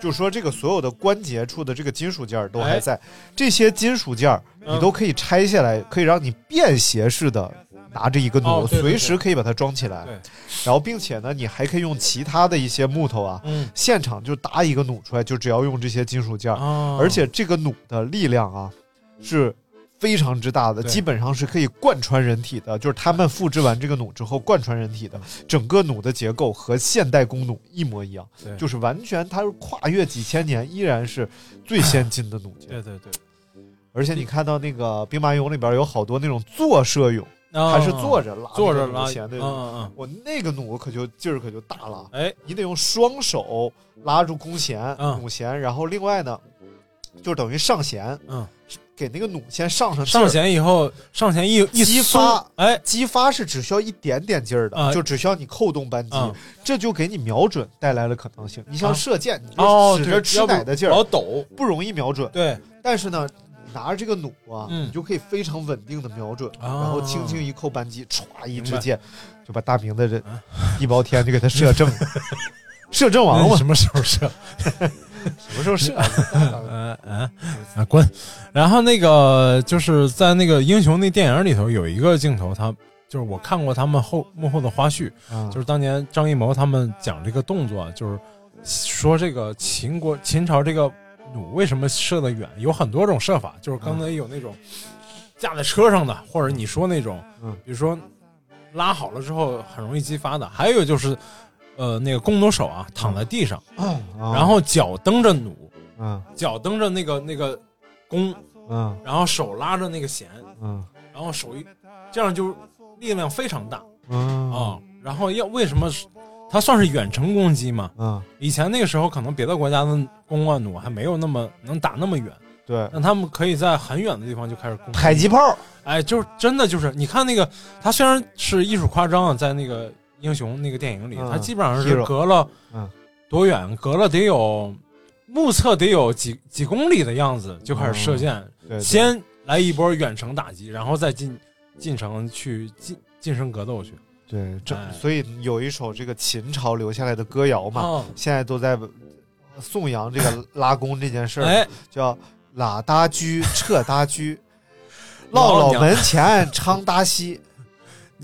Speaker 2: 就是说，这个所有的关节处的这个金属件儿都
Speaker 3: 哎
Speaker 2: 还在，这些金属件儿你
Speaker 3: 嗯
Speaker 2: 都可以拆下来，可以让你便携式的拿着一个弩，
Speaker 3: 哦对对
Speaker 2: 随时可以把它装起来
Speaker 3: 对。
Speaker 2: 然后，并且呢，你还可以用其他的一些木头啊，
Speaker 3: 嗯
Speaker 2: 现场就搭一个弩出来，就只要用这些金属件儿。
Speaker 3: 啊，
Speaker 2: 而且这个弩的力量啊是非常之大的，
Speaker 3: 对
Speaker 2: 基本上是可以贯穿人体的。就是他们复制完这个弩之后，贯穿人体的整个弩的结构和现代弓弩一模一样
Speaker 3: 对，
Speaker 2: 就是完全它是跨越几千年，依然是最先进的弩箭。
Speaker 3: 对对对，
Speaker 2: 而且你看到那个兵马俑里边有好多那种坐射俑，
Speaker 3: 啊
Speaker 2: 还是坐着拉
Speaker 3: 坐着
Speaker 2: 拉
Speaker 3: 拉，
Speaker 2: 弦的那
Speaker 3: 嗯
Speaker 2: 种。
Speaker 3: 嗯
Speaker 2: 我那个弩可就劲儿可就大了，
Speaker 3: 嗯，哎，
Speaker 2: 你得用双手拉住弓弦、
Speaker 3: 嗯
Speaker 2: 弩弦，然后另外呢，就等于上弦，
Speaker 3: 嗯，
Speaker 2: 给那个弩先上上劲儿
Speaker 3: 上，弦以后，上弦一一
Speaker 2: 激
Speaker 3: 松
Speaker 2: 发，
Speaker 3: 哎，
Speaker 2: 激发是只需要一点点劲儿的，
Speaker 3: 啊
Speaker 2: 就只需要你扣动扳机，
Speaker 3: 啊
Speaker 2: 这就给你瞄准带来了可能性。你像
Speaker 3: 啊
Speaker 2: 射箭，你就
Speaker 3: 哦，
Speaker 2: 使
Speaker 3: 对
Speaker 2: 着吃
Speaker 3: 要不
Speaker 2: 奶的劲儿，
Speaker 3: 老抖，
Speaker 2: 不容易瞄准，
Speaker 3: 对，
Speaker 2: 但是呢。拿着这个弩啊，
Speaker 3: 嗯
Speaker 2: 你就可以非常稳定的瞄准，
Speaker 3: 啊
Speaker 2: 然后轻轻一扣扳机，歘一支
Speaker 3: 白
Speaker 2: 箭，就把大明的这 [LAUGHS]
Speaker 3: 啊
Speaker 2: 地包天就给他射正
Speaker 3: [LAUGHS]
Speaker 2: 了，射正王嘛
Speaker 3: 那，什么时候射？
Speaker 2: [LAUGHS] 什么时候射
Speaker 3: [LAUGHS]
Speaker 2: 啊？
Speaker 3: 嗯嗯啊，滚！然后那个就是在那个英雄那电影里头有一个镜头，他就是我看过他们后幕后的花絮，
Speaker 2: 啊
Speaker 3: 就是当年张艺谋他们讲这个动作，啊就是说这个秦国秦朝这个弩为什么射得远，有很多种射法，就是
Speaker 2: 嗯
Speaker 3: 刚才有那种架在车上的，或者你说那种，
Speaker 2: 嗯
Speaker 3: 比如说拉好了之后很容易激发的，还有就是呃那个弓弩手啊躺在地上，然
Speaker 2: 然
Speaker 3: 后脚蹬着弩。
Speaker 2: 嗯
Speaker 3: 脚蹬着那个那个弓，
Speaker 2: 嗯
Speaker 3: 然后手拉着那个弦，
Speaker 2: 嗯
Speaker 3: 然后手一这样就力量非常大
Speaker 2: 嗯
Speaker 3: 啊、然后要为什么是它算是远程攻击嘛？
Speaker 2: 嗯，
Speaker 3: 以前那个时候可能别的国家的弓啊弩还没有那么能打那么远，
Speaker 2: 对，
Speaker 3: 但他们可以在很远的地方就开始攻
Speaker 2: 嗯
Speaker 3: 击
Speaker 2: 迫击。炮，
Speaker 3: 哎，就是真的就是你看那个，它虽然是艺术夸张啊，在那个英雄那个电影里，
Speaker 2: 嗯
Speaker 3: 它基本上是
Speaker 2: hero
Speaker 3: 隔了
Speaker 2: 嗯
Speaker 3: 多远，隔了得有目测得有几几公里的样子就开始射箭，
Speaker 2: 嗯对对
Speaker 3: 先来一波远程打击，然后再进进城去晋晋升格斗去。
Speaker 2: 对，这
Speaker 3: 哎
Speaker 2: 所以有一首这个秦朝留下来的歌谣嘛，
Speaker 3: 哦，
Speaker 2: 现在都在颂扬这
Speaker 3: [LAUGHS]
Speaker 2: 个拉弓这件事儿，
Speaker 3: 哎，
Speaker 2: 叫“喇搭居，撤搭
Speaker 3: [LAUGHS]
Speaker 2: 居，
Speaker 3: 老
Speaker 2: 落老
Speaker 3: 娘
Speaker 2: 门前昌搭西”。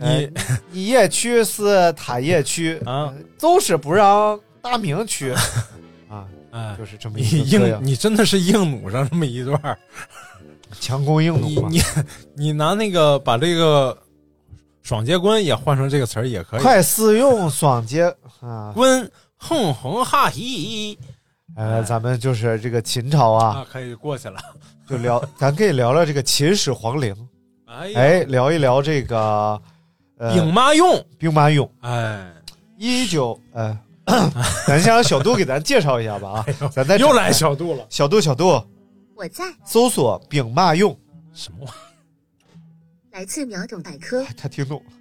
Speaker 2: 哎
Speaker 3: [LAUGHS] 你
Speaker 2: 你业区是塔业区
Speaker 3: 啊，
Speaker 2: 都是不让大明
Speaker 3: [LAUGHS]
Speaker 2: 区啊，
Speaker 3: 哎，
Speaker 2: 就是这么
Speaker 3: 你
Speaker 2: 一个歌谣
Speaker 3: 硬，你真的是硬弩上这么一段儿。
Speaker 2: 强弓硬
Speaker 3: 你
Speaker 2: 弩嘛，
Speaker 3: 你你拿那个把这个爽结棍也换成这个词儿也可以。
Speaker 2: 快四用爽接啊！
Speaker 3: 棍哼哼哈嘿
Speaker 2: [LAUGHS] 呃，咱们就是这个秦朝啊，
Speaker 3: 啊，可以过去了。
Speaker 2: 就
Speaker 3: [LAUGHS]
Speaker 2: 聊，咱可以聊聊这个秦始皇陵，
Speaker 3: 哎呀，
Speaker 2: 哎，聊一聊这个
Speaker 3: 影
Speaker 2: 呃
Speaker 3: 妈用，
Speaker 2: 兵马俑。
Speaker 3: 哎，
Speaker 2: 一九呃， [LAUGHS] 咱先让小杜给咱介绍一下
Speaker 3: [LAUGHS]
Speaker 2: 吧啊，咱再
Speaker 3: 哎又来小度了，
Speaker 2: 小杜小杜
Speaker 4: 我在，
Speaker 2: 搜索兵马俑，
Speaker 3: 什么玩意
Speaker 4: 来自秒懂百科。
Speaker 2: 他哎听懂了，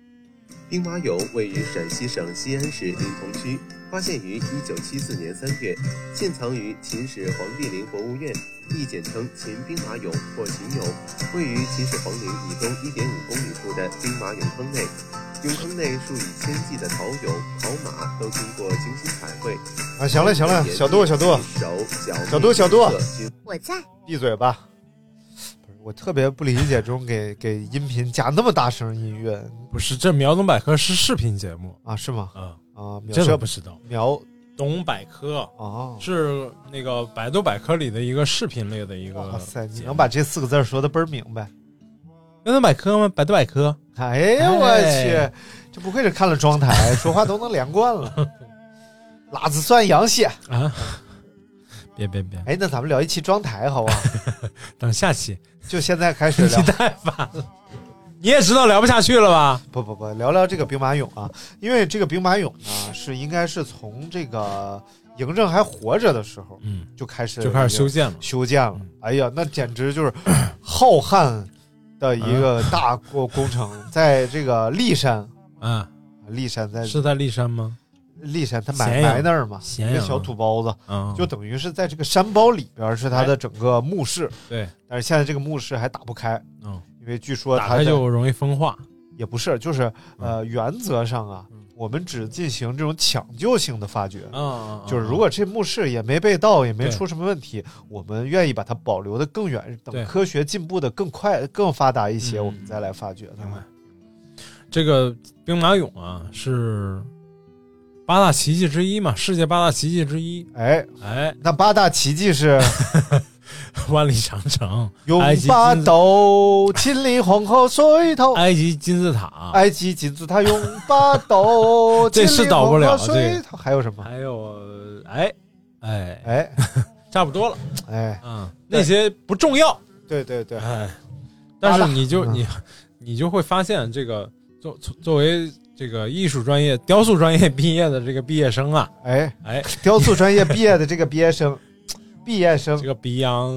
Speaker 6: 兵马俑位于陕西省西安市临潼区，发现于1974年3月，现藏于秦始皇帝陵博物院，亦简称秦兵马俑或秦俑，位于秦始皇陵以东1.5公里处的兵马俑坑内。俑坑内数以千计的陶俑、陶马都经过精心彩绘。
Speaker 2: 啊，行
Speaker 3: 哎
Speaker 2: 了行了，小杜小杜
Speaker 6: 手脚
Speaker 2: 小杜小杜
Speaker 6: 面色均
Speaker 4: 我在，
Speaker 2: 闭嘴吧。不是，我特别不理解这种给给音频加那么大声音乐
Speaker 3: 儿？不是，这苗东百科是视频节目
Speaker 2: 啊，是吗？
Speaker 3: 啊，
Speaker 2: 啊，秒
Speaker 3: 这
Speaker 2: 射
Speaker 3: 都不知道。
Speaker 2: 秒
Speaker 3: 懂百科
Speaker 2: 哦，
Speaker 3: 是那个百度百科里的一个视频类的一个。
Speaker 2: 哇塞，你能把这四个字儿说的倍儿明白。
Speaker 3: 苗东百科吗？百度百科。
Speaker 2: 哎呀，我
Speaker 3: 哎
Speaker 2: 去，这不愧是看了妆台，说话都能连贯了。辣子蒜羊血，
Speaker 3: 啊！别别别，
Speaker 2: 哎，那咱们聊一期妆台好不好？
Speaker 3: 等下期， [LAUGHS]
Speaker 2: 就现在开始
Speaker 3: 你
Speaker 2: 聊，
Speaker 3: 太烦了。你也知道聊不下去了吧？
Speaker 2: 不不不，聊聊这个兵马俑啊，因为这个兵马俑呢是应该是从这个嬴政还活着的时候
Speaker 3: 嗯，
Speaker 2: 就开始
Speaker 3: 就开始修建了。嗯
Speaker 2: 修建了。哎呀，那简直就是浩瀚的一个大工工程，在这个骊山，
Speaker 3: 嗯，
Speaker 2: 骊山在
Speaker 3: 是在骊山吗？
Speaker 2: 骊山，他埋
Speaker 3: 咸阳
Speaker 2: 埋那儿嘛，
Speaker 3: 咸
Speaker 2: 一个
Speaker 3: 阳
Speaker 2: 小土包子，
Speaker 3: 嗯，
Speaker 2: 就等于是在这个山包里边是他的整个墓室，
Speaker 3: 对，
Speaker 2: 但是现在这个墓室还打不开，
Speaker 3: 嗯，
Speaker 2: 因为据说
Speaker 3: 打
Speaker 2: 他
Speaker 3: 开
Speaker 2: 的
Speaker 3: 就容易风化。
Speaker 2: 也不是，就是呃，原则上啊
Speaker 3: 嗯，
Speaker 2: 我们只进行这种抢救性的发掘。
Speaker 3: 嗯，
Speaker 2: 就是如果这墓室也没被盗，也没
Speaker 3: 对
Speaker 2: 出什么问题，我们愿意把它保留的更远，等
Speaker 3: 对
Speaker 2: 科学进步的更快、更发达一些，
Speaker 3: 嗯
Speaker 2: 我们再来发掘它
Speaker 3: 明白
Speaker 2: 们。。
Speaker 3: 这个兵马俑啊，是八大奇迹之一嘛，世界八大奇迹之一。
Speaker 2: 哎，
Speaker 3: 哎， [LAUGHS]
Speaker 2: 那八大奇迹是
Speaker 3: 万里长城、
Speaker 2: 永
Speaker 3: 埃及金
Speaker 2: 巴
Speaker 3: 字
Speaker 2: 豆，秦岭皇后水头，
Speaker 3: 埃及金字塔，
Speaker 2: 埃及金字塔永巴豆，
Speaker 3: 啊 [LAUGHS] 这是倒不了
Speaker 2: 秦岭黄河水头还有什么？
Speaker 3: 还有哎哎，
Speaker 2: 哎
Speaker 3: 差不多了。
Speaker 2: 哎，
Speaker 3: 嗯，那些不重要。
Speaker 2: 对对对，
Speaker 3: 哎，但是你就
Speaker 2: 嗯
Speaker 3: 你你就会发现，这个作作为这个艺术专业、雕塑专业毕业的这个毕业生啊，
Speaker 2: 哎，
Speaker 3: 哎，
Speaker 2: 雕塑专业毕业的这个毕业生，毕业生
Speaker 3: 这个鼻梁，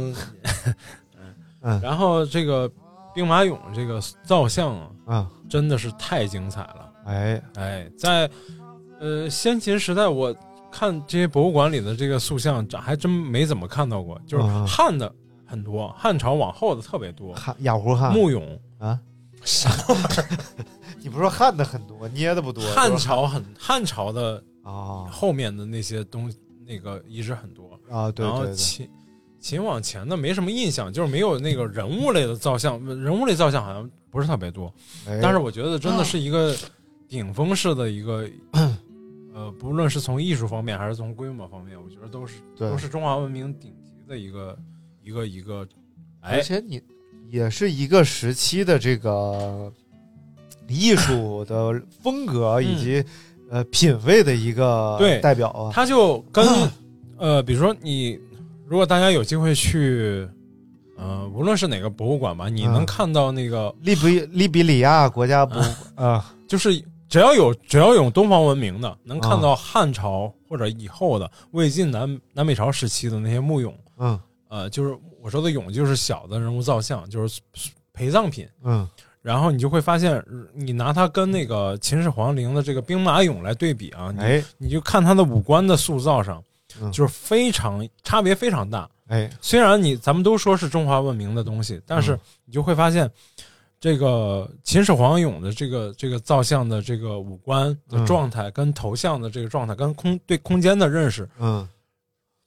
Speaker 2: [LAUGHS] 嗯
Speaker 3: 然后这个兵马俑这个造像啊，
Speaker 2: 啊，
Speaker 3: 真的是太精彩了。
Speaker 2: 哎，
Speaker 3: 哎，在呃先秦时代，我看这些博物馆里的这个塑像，还真没怎么看到过。就是
Speaker 2: 啊
Speaker 3: 汉的很多，汉朝往后的特别多，
Speaker 2: 汉雅虎汉
Speaker 3: 木俑。
Speaker 2: 啊，你不是说汉的很多，捏的不多，
Speaker 3: 汉
Speaker 2: 是吧
Speaker 3: 朝很汉朝的
Speaker 2: 啊
Speaker 3: 后面的那些东那个遗址很多，
Speaker 2: 啊，对
Speaker 3: 然后
Speaker 2: 对对，
Speaker 3: 秦秦往前的没什么印象，就是没有那个人物类的造像，人物类造像好像不是特别多。
Speaker 2: 哎
Speaker 3: 但是我觉得真的是一个顶峰式的一个，呃，不论是从艺术方面还是从规模方面，我觉得都是
Speaker 2: 对
Speaker 3: 都是中华文明顶级的一个一个一个，
Speaker 2: 而
Speaker 3: 哎，
Speaker 2: 且你也是一个时期的这个艺术的风格以及呃品味的一个
Speaker 3: 嗯对
Speaker 2: 代表啊，
Speaker 3: 它就跟呃，比如说你如果大家有机会去，呃，无论是哪个博物馆吧，你
Speaker 2: 嗯
Speaker 3: 能看到那个
Speaker 2: 利比利比里亚国家
Speaker 3: [LAUGHS]
Speaker 2: 博物馆啊，
Speaker 3: 就是只要有只要有东方文明的，能看到汉朝或者以后的魏晋南南北朝时期的那些墓俑，
Speaker 2: 嗯
Speaker 3: 呃，就是我说的俑就是小的人物造像，就是陪葬品。
Speaker 2: 嗯
Speaker 3: 然后你就会发现，你拿它跟那个秦始皇陵的这个兵马俑来对比啊，你
Speaker 2: 哎
Speaker 3: 你就看它的五官的塑造上
Speaker 2: 嗯，
Speaker 3: 就是非常差别非常大。
Speaker 2: 哎
Speaker 3: 虽然你咱们都说是中华文明的东西，但是
Speaker 2: 嗯
Speaker 3: 你就会发现，这个秦始皇俑的这个这个造像的这个五官的
Speaker 2: 嗯
Speaker 3: 状态，跟头像的这个状态，跟空对空间的认识，
Speaker 2: 嗯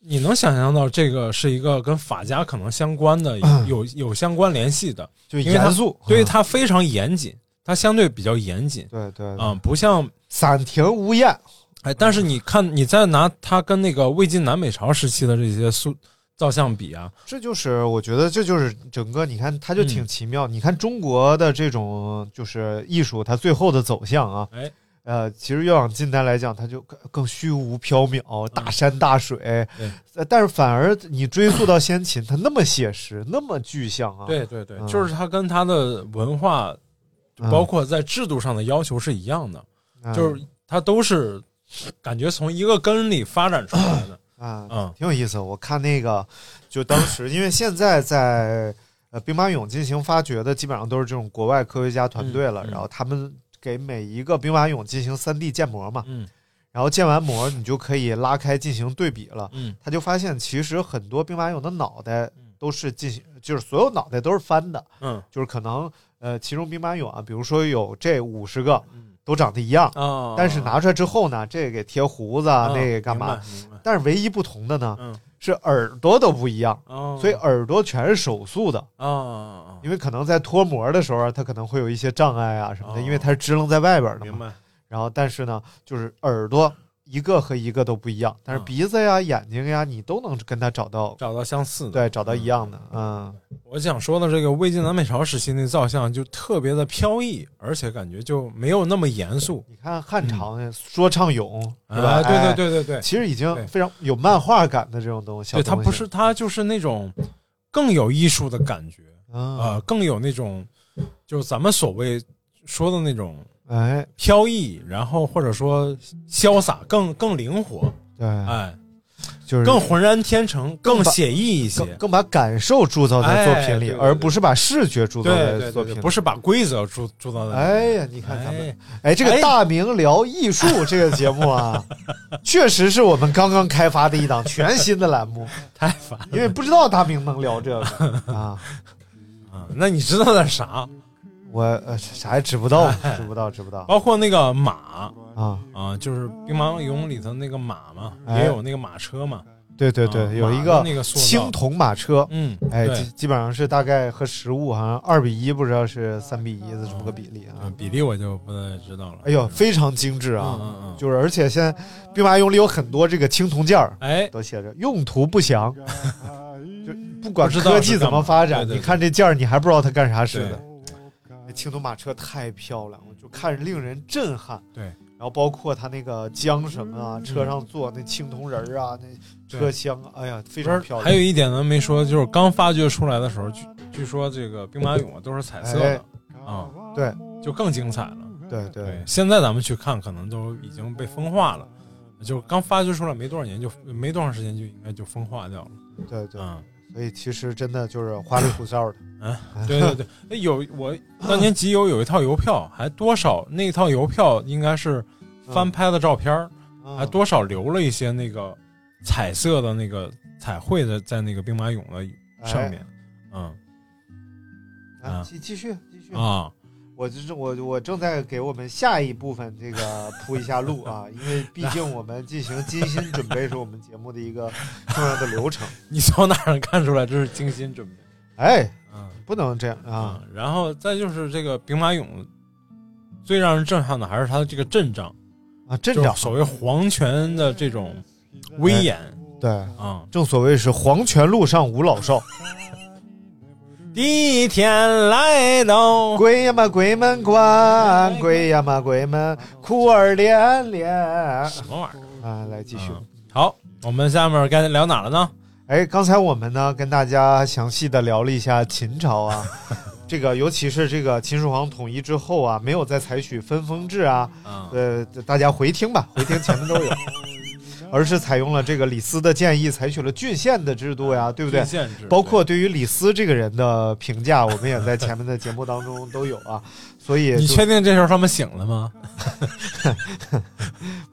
Speaker 3: 你能想象到这个是一个跟法家可能相关的
Speaker 2: 嗯
Speaker 3: 有有相关联系的，
Speaker 2: 就
Speaker 3: 因为它
Speaker 2: 严肃，
Speaker 3: 对
Speaker 2: 嗯
Speaker 3: 它非常严谨，它相对比较严谨
Speaker 2: 对对对
Speaker 3: 啊、不像
Speaker 2: 散庭无厌，
Speaker 3: 哎，但是你看，你再拿它跟那个魏晋南北朝时期的这些塑造像比啊，
Speaker 2: 这就是我觉得这就是整个，你看它就
Speaker 3: 嗯
Speaker 2: 挺奇妙。你看中国的这种就是艺术，它最后的走向啊，
Speaker 3: 哎，
Speaker 2: 呃，其实越往近代来讲，它就更更虚无缥缈，大山大水。
Speaker 3: 嗯对
Speaker 2: 呃但是反而你追溯到先秦，它那么写实，那么具象啊。
Speaker 3: 对对对，
Speaker 2: 嗯
Speaker 3: 就是它跟它的文化，
Speaker 2: 嗯，
Speaker 3: 包括在制度上的要求是一样的，就是它都是感觉从一个根里发展出来的。
Speaker 2: 啊，
Speaker 3: 嗯
Speaker 2: 挺有意思。我看那个，就当时因为现在在呃兵马俑进行发掘的，基本上都是这种国外科学家团队了，
Speaker 3: 嗯嗯
Speaker 2: 然后他们给每一个兵马俑进行 3D 建模嘛。
Speaker 3: 嗯
Speaker 2: 然后建完模，你就可以拉开进行对比了。
Speaker 3: 嗯，
Speaker 2: 他就发现，其实很多兵马俑的脑袋都是进行，就是所有脑袋都是翻的，
Speaker 3: 嗯
Speaker 2: 就是可能呃，其中兵马俑啊，比如说有这五十个
Speaker 3: 嗯
Speaker 2: 都长得一样，[LAUGHS]
Speaker 3: 啊，
Speaker 2: 但是拿出来之后呢，这个给贴胡子啊，
Speaker 3: 啊
Speaker 2: 那个干嘛？？啊
Speaker 3: 明白明白
Speaker 2: 但是唯一不同的呢，
Speaker 3: 嗯
Speaker 2: 是耳朵都不一样，
Speaker 3: 哦，
Speaker 2: 所以耳朵全是手塑的，
Speaker 3: 啊，
Speaker 2: 因为可能在脱模的时候啊，它可能会有一些障碍啊什么的，
Speaker 3: 哦
Speaker 2: 因为它是支棱在外边的嘛
Speaker 3: 明。白
Speaker 2: 然后但是呢，就是耳朵一个和一个都不一样，但是
Speaker 3: 嗯
Speaker 2: 鼻子呀、眼睛呀，你都能跟它找到，
Speaker 3: 找到相似的。
Speaker 2: 对，找到一样的，嗯，
Speaker 3: 我想说的这个魏晋南北朝时期那造像就特别的飘逸，而且感觉就没有那么严肃，
Speaker 2: 你看汉朝那说唱咏是吧？
Speaker 3: 嗯啊对
Speaker 2: 哎
Speaker 3: 对，对对对，
Speaker 2: 其实已经
Speaker 3: 对
Speaker 2: 非常有漫画感的这种东西，小
Speaker 3: 对它
Speaker 2: 东西
Speaker 3: 不是它就是那种更有艺术的感觉，
Speaker 2: 嗯
Speaker 3: 呃，更有那种就是咱们所谓说的那种
Speaker 2: 哎，
Speaker 3: 飘逸，然后或者说潇洒，更更灵活，
Speaker 2: 对，
Speaker 3: 哎，
Speaker 2: 就是
Speaker 3: 更浑然天成，更
Speaker 2: 把
Speaker 3: 写意一些。
Speaker 2: 更更把感受铸造在作品
Speaker 3: 哎对
Speaker 2: 里，
Speaker 3: 对对
Speaker 2: 而不是把视觉铸造
Speaker 3: 对
Speaker 2: 在
Speaker 3: 对
Speaker 2: 作品
Speaker 3: 对对，
Speaker 2: 里。
Speaker 3: 不是把规则铸铸造在。
Speaker 2: 哎呀，你看咱们
Speaker 3: 嗯哎
Speaker 2: 哎，这个
Speaker 3: 哎
Speaker 2: 大明聊艺术这个节目
Speaker 3: [LAUGHS]
Speaker 2: 啊，确实是我们刚刚开发的一档全新的栏目，
Speaker 3: 太烦了
Speaker 2: 因为不知道大明能聊这个啊，
Speaker 3: 啊！
Speaker 2: 嗯
Speaker 3: 那你知道点啥？
Speaker 2: 我呃啥也知不
Speaker 3: [LAUGHS]
Speaker 2: 到，知不到，知不到
Speaker 3: 包括那个马
Speaker 2: 啊。
Speaker 3: 啊，就是《兵马俑》里头那个马嘛，
Speaker 2: 哎
Speaker 3: 也有那个马车嘛。
Speaker 2: 对对
Speaker 3: 啊
Speaker 2: 对，有一
Speaker 3: 马
Speaker 2: 个
Speaker 3: 的那个塑造
Speaker 2: 青铜马车，
Speaker 3: 嗯，
Speaker 2: 哎，
Speaker 3: 对
Speaker 2: 基基本上是大概和实物好像二比一，不知道是三比一的这么个比例啊
Speaker 3: 嗯。比例我就不太知道了。
Speaker 2: 哎呦，非常精致
Speaker 3: 嗯
Speaker 2: 啊！
Speaker 3: 嗯嗯，
Speaker 2: 就是而且现在兵马俑里有很多这个青铜件儿，
Speaker 3: 哎，
Speaker 2: 都写着用途不详，就不管
Speaker 3: 不知道
Speaker 2: 科技怎么发展，
Speaker 3: 是干嘛对对
Speaker 2: 你看这件儿，你还不知道它干啥使的
Speaker 3: 对。
Speaker 2: 那哎青铜马车太漂亮了，就看着令人震撼。
Speaker 3: 对，
Speaker 2: 然后包括它那个缰绳啊，车上坐那青铜人儿啊，那车
Speaker 3: 对
Speaker 2: 厢啊，哎呀，非
Speaker 3: 不
Speaker 2: 常
Speaker 3: 是
Speaker 2: 漂亮。
Speaker 3: 还有一点咱没说，就是刚发掘出来的时候，据据说这个兵马俑啊都是彩色的啊，
Speaker 2: 对
Speaker 3: 就更精彩了。
Speaker 2: 对
Speaker 3: 对
Speaker 2: 对，
Speaker 3: 现在咱们去看，可能都已经被风化了，就刚发掘出来没多少年就，没多长时间就应该就风化掉了。
Speaker 2: 对对，
Speaker 3: 嗯，
Speaker 2: 所以其实真的就是花里胡哨的。
Speaker 3: 对对对，哎有我 [LAUGHS] 当年集邮有一套邮票，还多少那套邮票应该是翻拍的照片儿，
Speaker 2: 嗯
Speaker 3: 还多少留了一些那个彩色的那个彩绘的在那个兵马俑的上面，嗯
Speaker 2: 哎啊
Speaker 3: 啊
Speaker 2: 继继续继续
Speaker 3: 啊，
Speaker 2: 我就是我我正在给我们下一部分这个铺一下路啊，因为毕竟我们进行精心准备是我们节目的一个重要的流程。
Speaker 3: 你从哪儿看出来这是精心准备？
Speaker 2: 哎，
Speaker 3: 嗯
Speaker 2: 不能这样啊！
Speaker 3: 嗯然后再就是这个兵马俑，最让人震撼的还是它的这个阵仗，
Speaker 2: 啊，阵
Speaker 3: 就
Speaker 2: 仗哎
Speaker 3: 是所谓皇权的这种威严
Speaker 2: 对，
Speaker 3: 啊、
Speaker 2: 正所谓是黄泉路上无老少，
Speaker 3: 第一天来到，
Speaker 2: 鬼呀嘛鬼门关，鬼呀嘛鬼门哭儿连连啊！
Speaker 3: 什么玩意儿？
Speaker 2: 来继续。
Speaker 3: 嗯好，我们下面该聊哪了呢？
Speaker 2: 哎，刚才我们呢跟大家详细的聊了一下秦朝啊， [LAUGHS] 这个尤其是这个秦始皇统一之后啊，没有再采取分封制啊，
Speaker 3: 啊、
Speaker 2: 呃，大家回听吧，回听前面都
Speaker 3: [LAUGHS]
Speaker 2: 有，而是采用了这个李斯的建议，采取了郡县的制度呀，对不对
Speaker 3: 郡？县制
Speaker 2: 包括对于李斯这个人的评价，我们也在前面的节目当中都有啊，所以
Speaker 3: 对你
Speaker 2: 就
Speaker 3: 确定这时候他们醒了吗？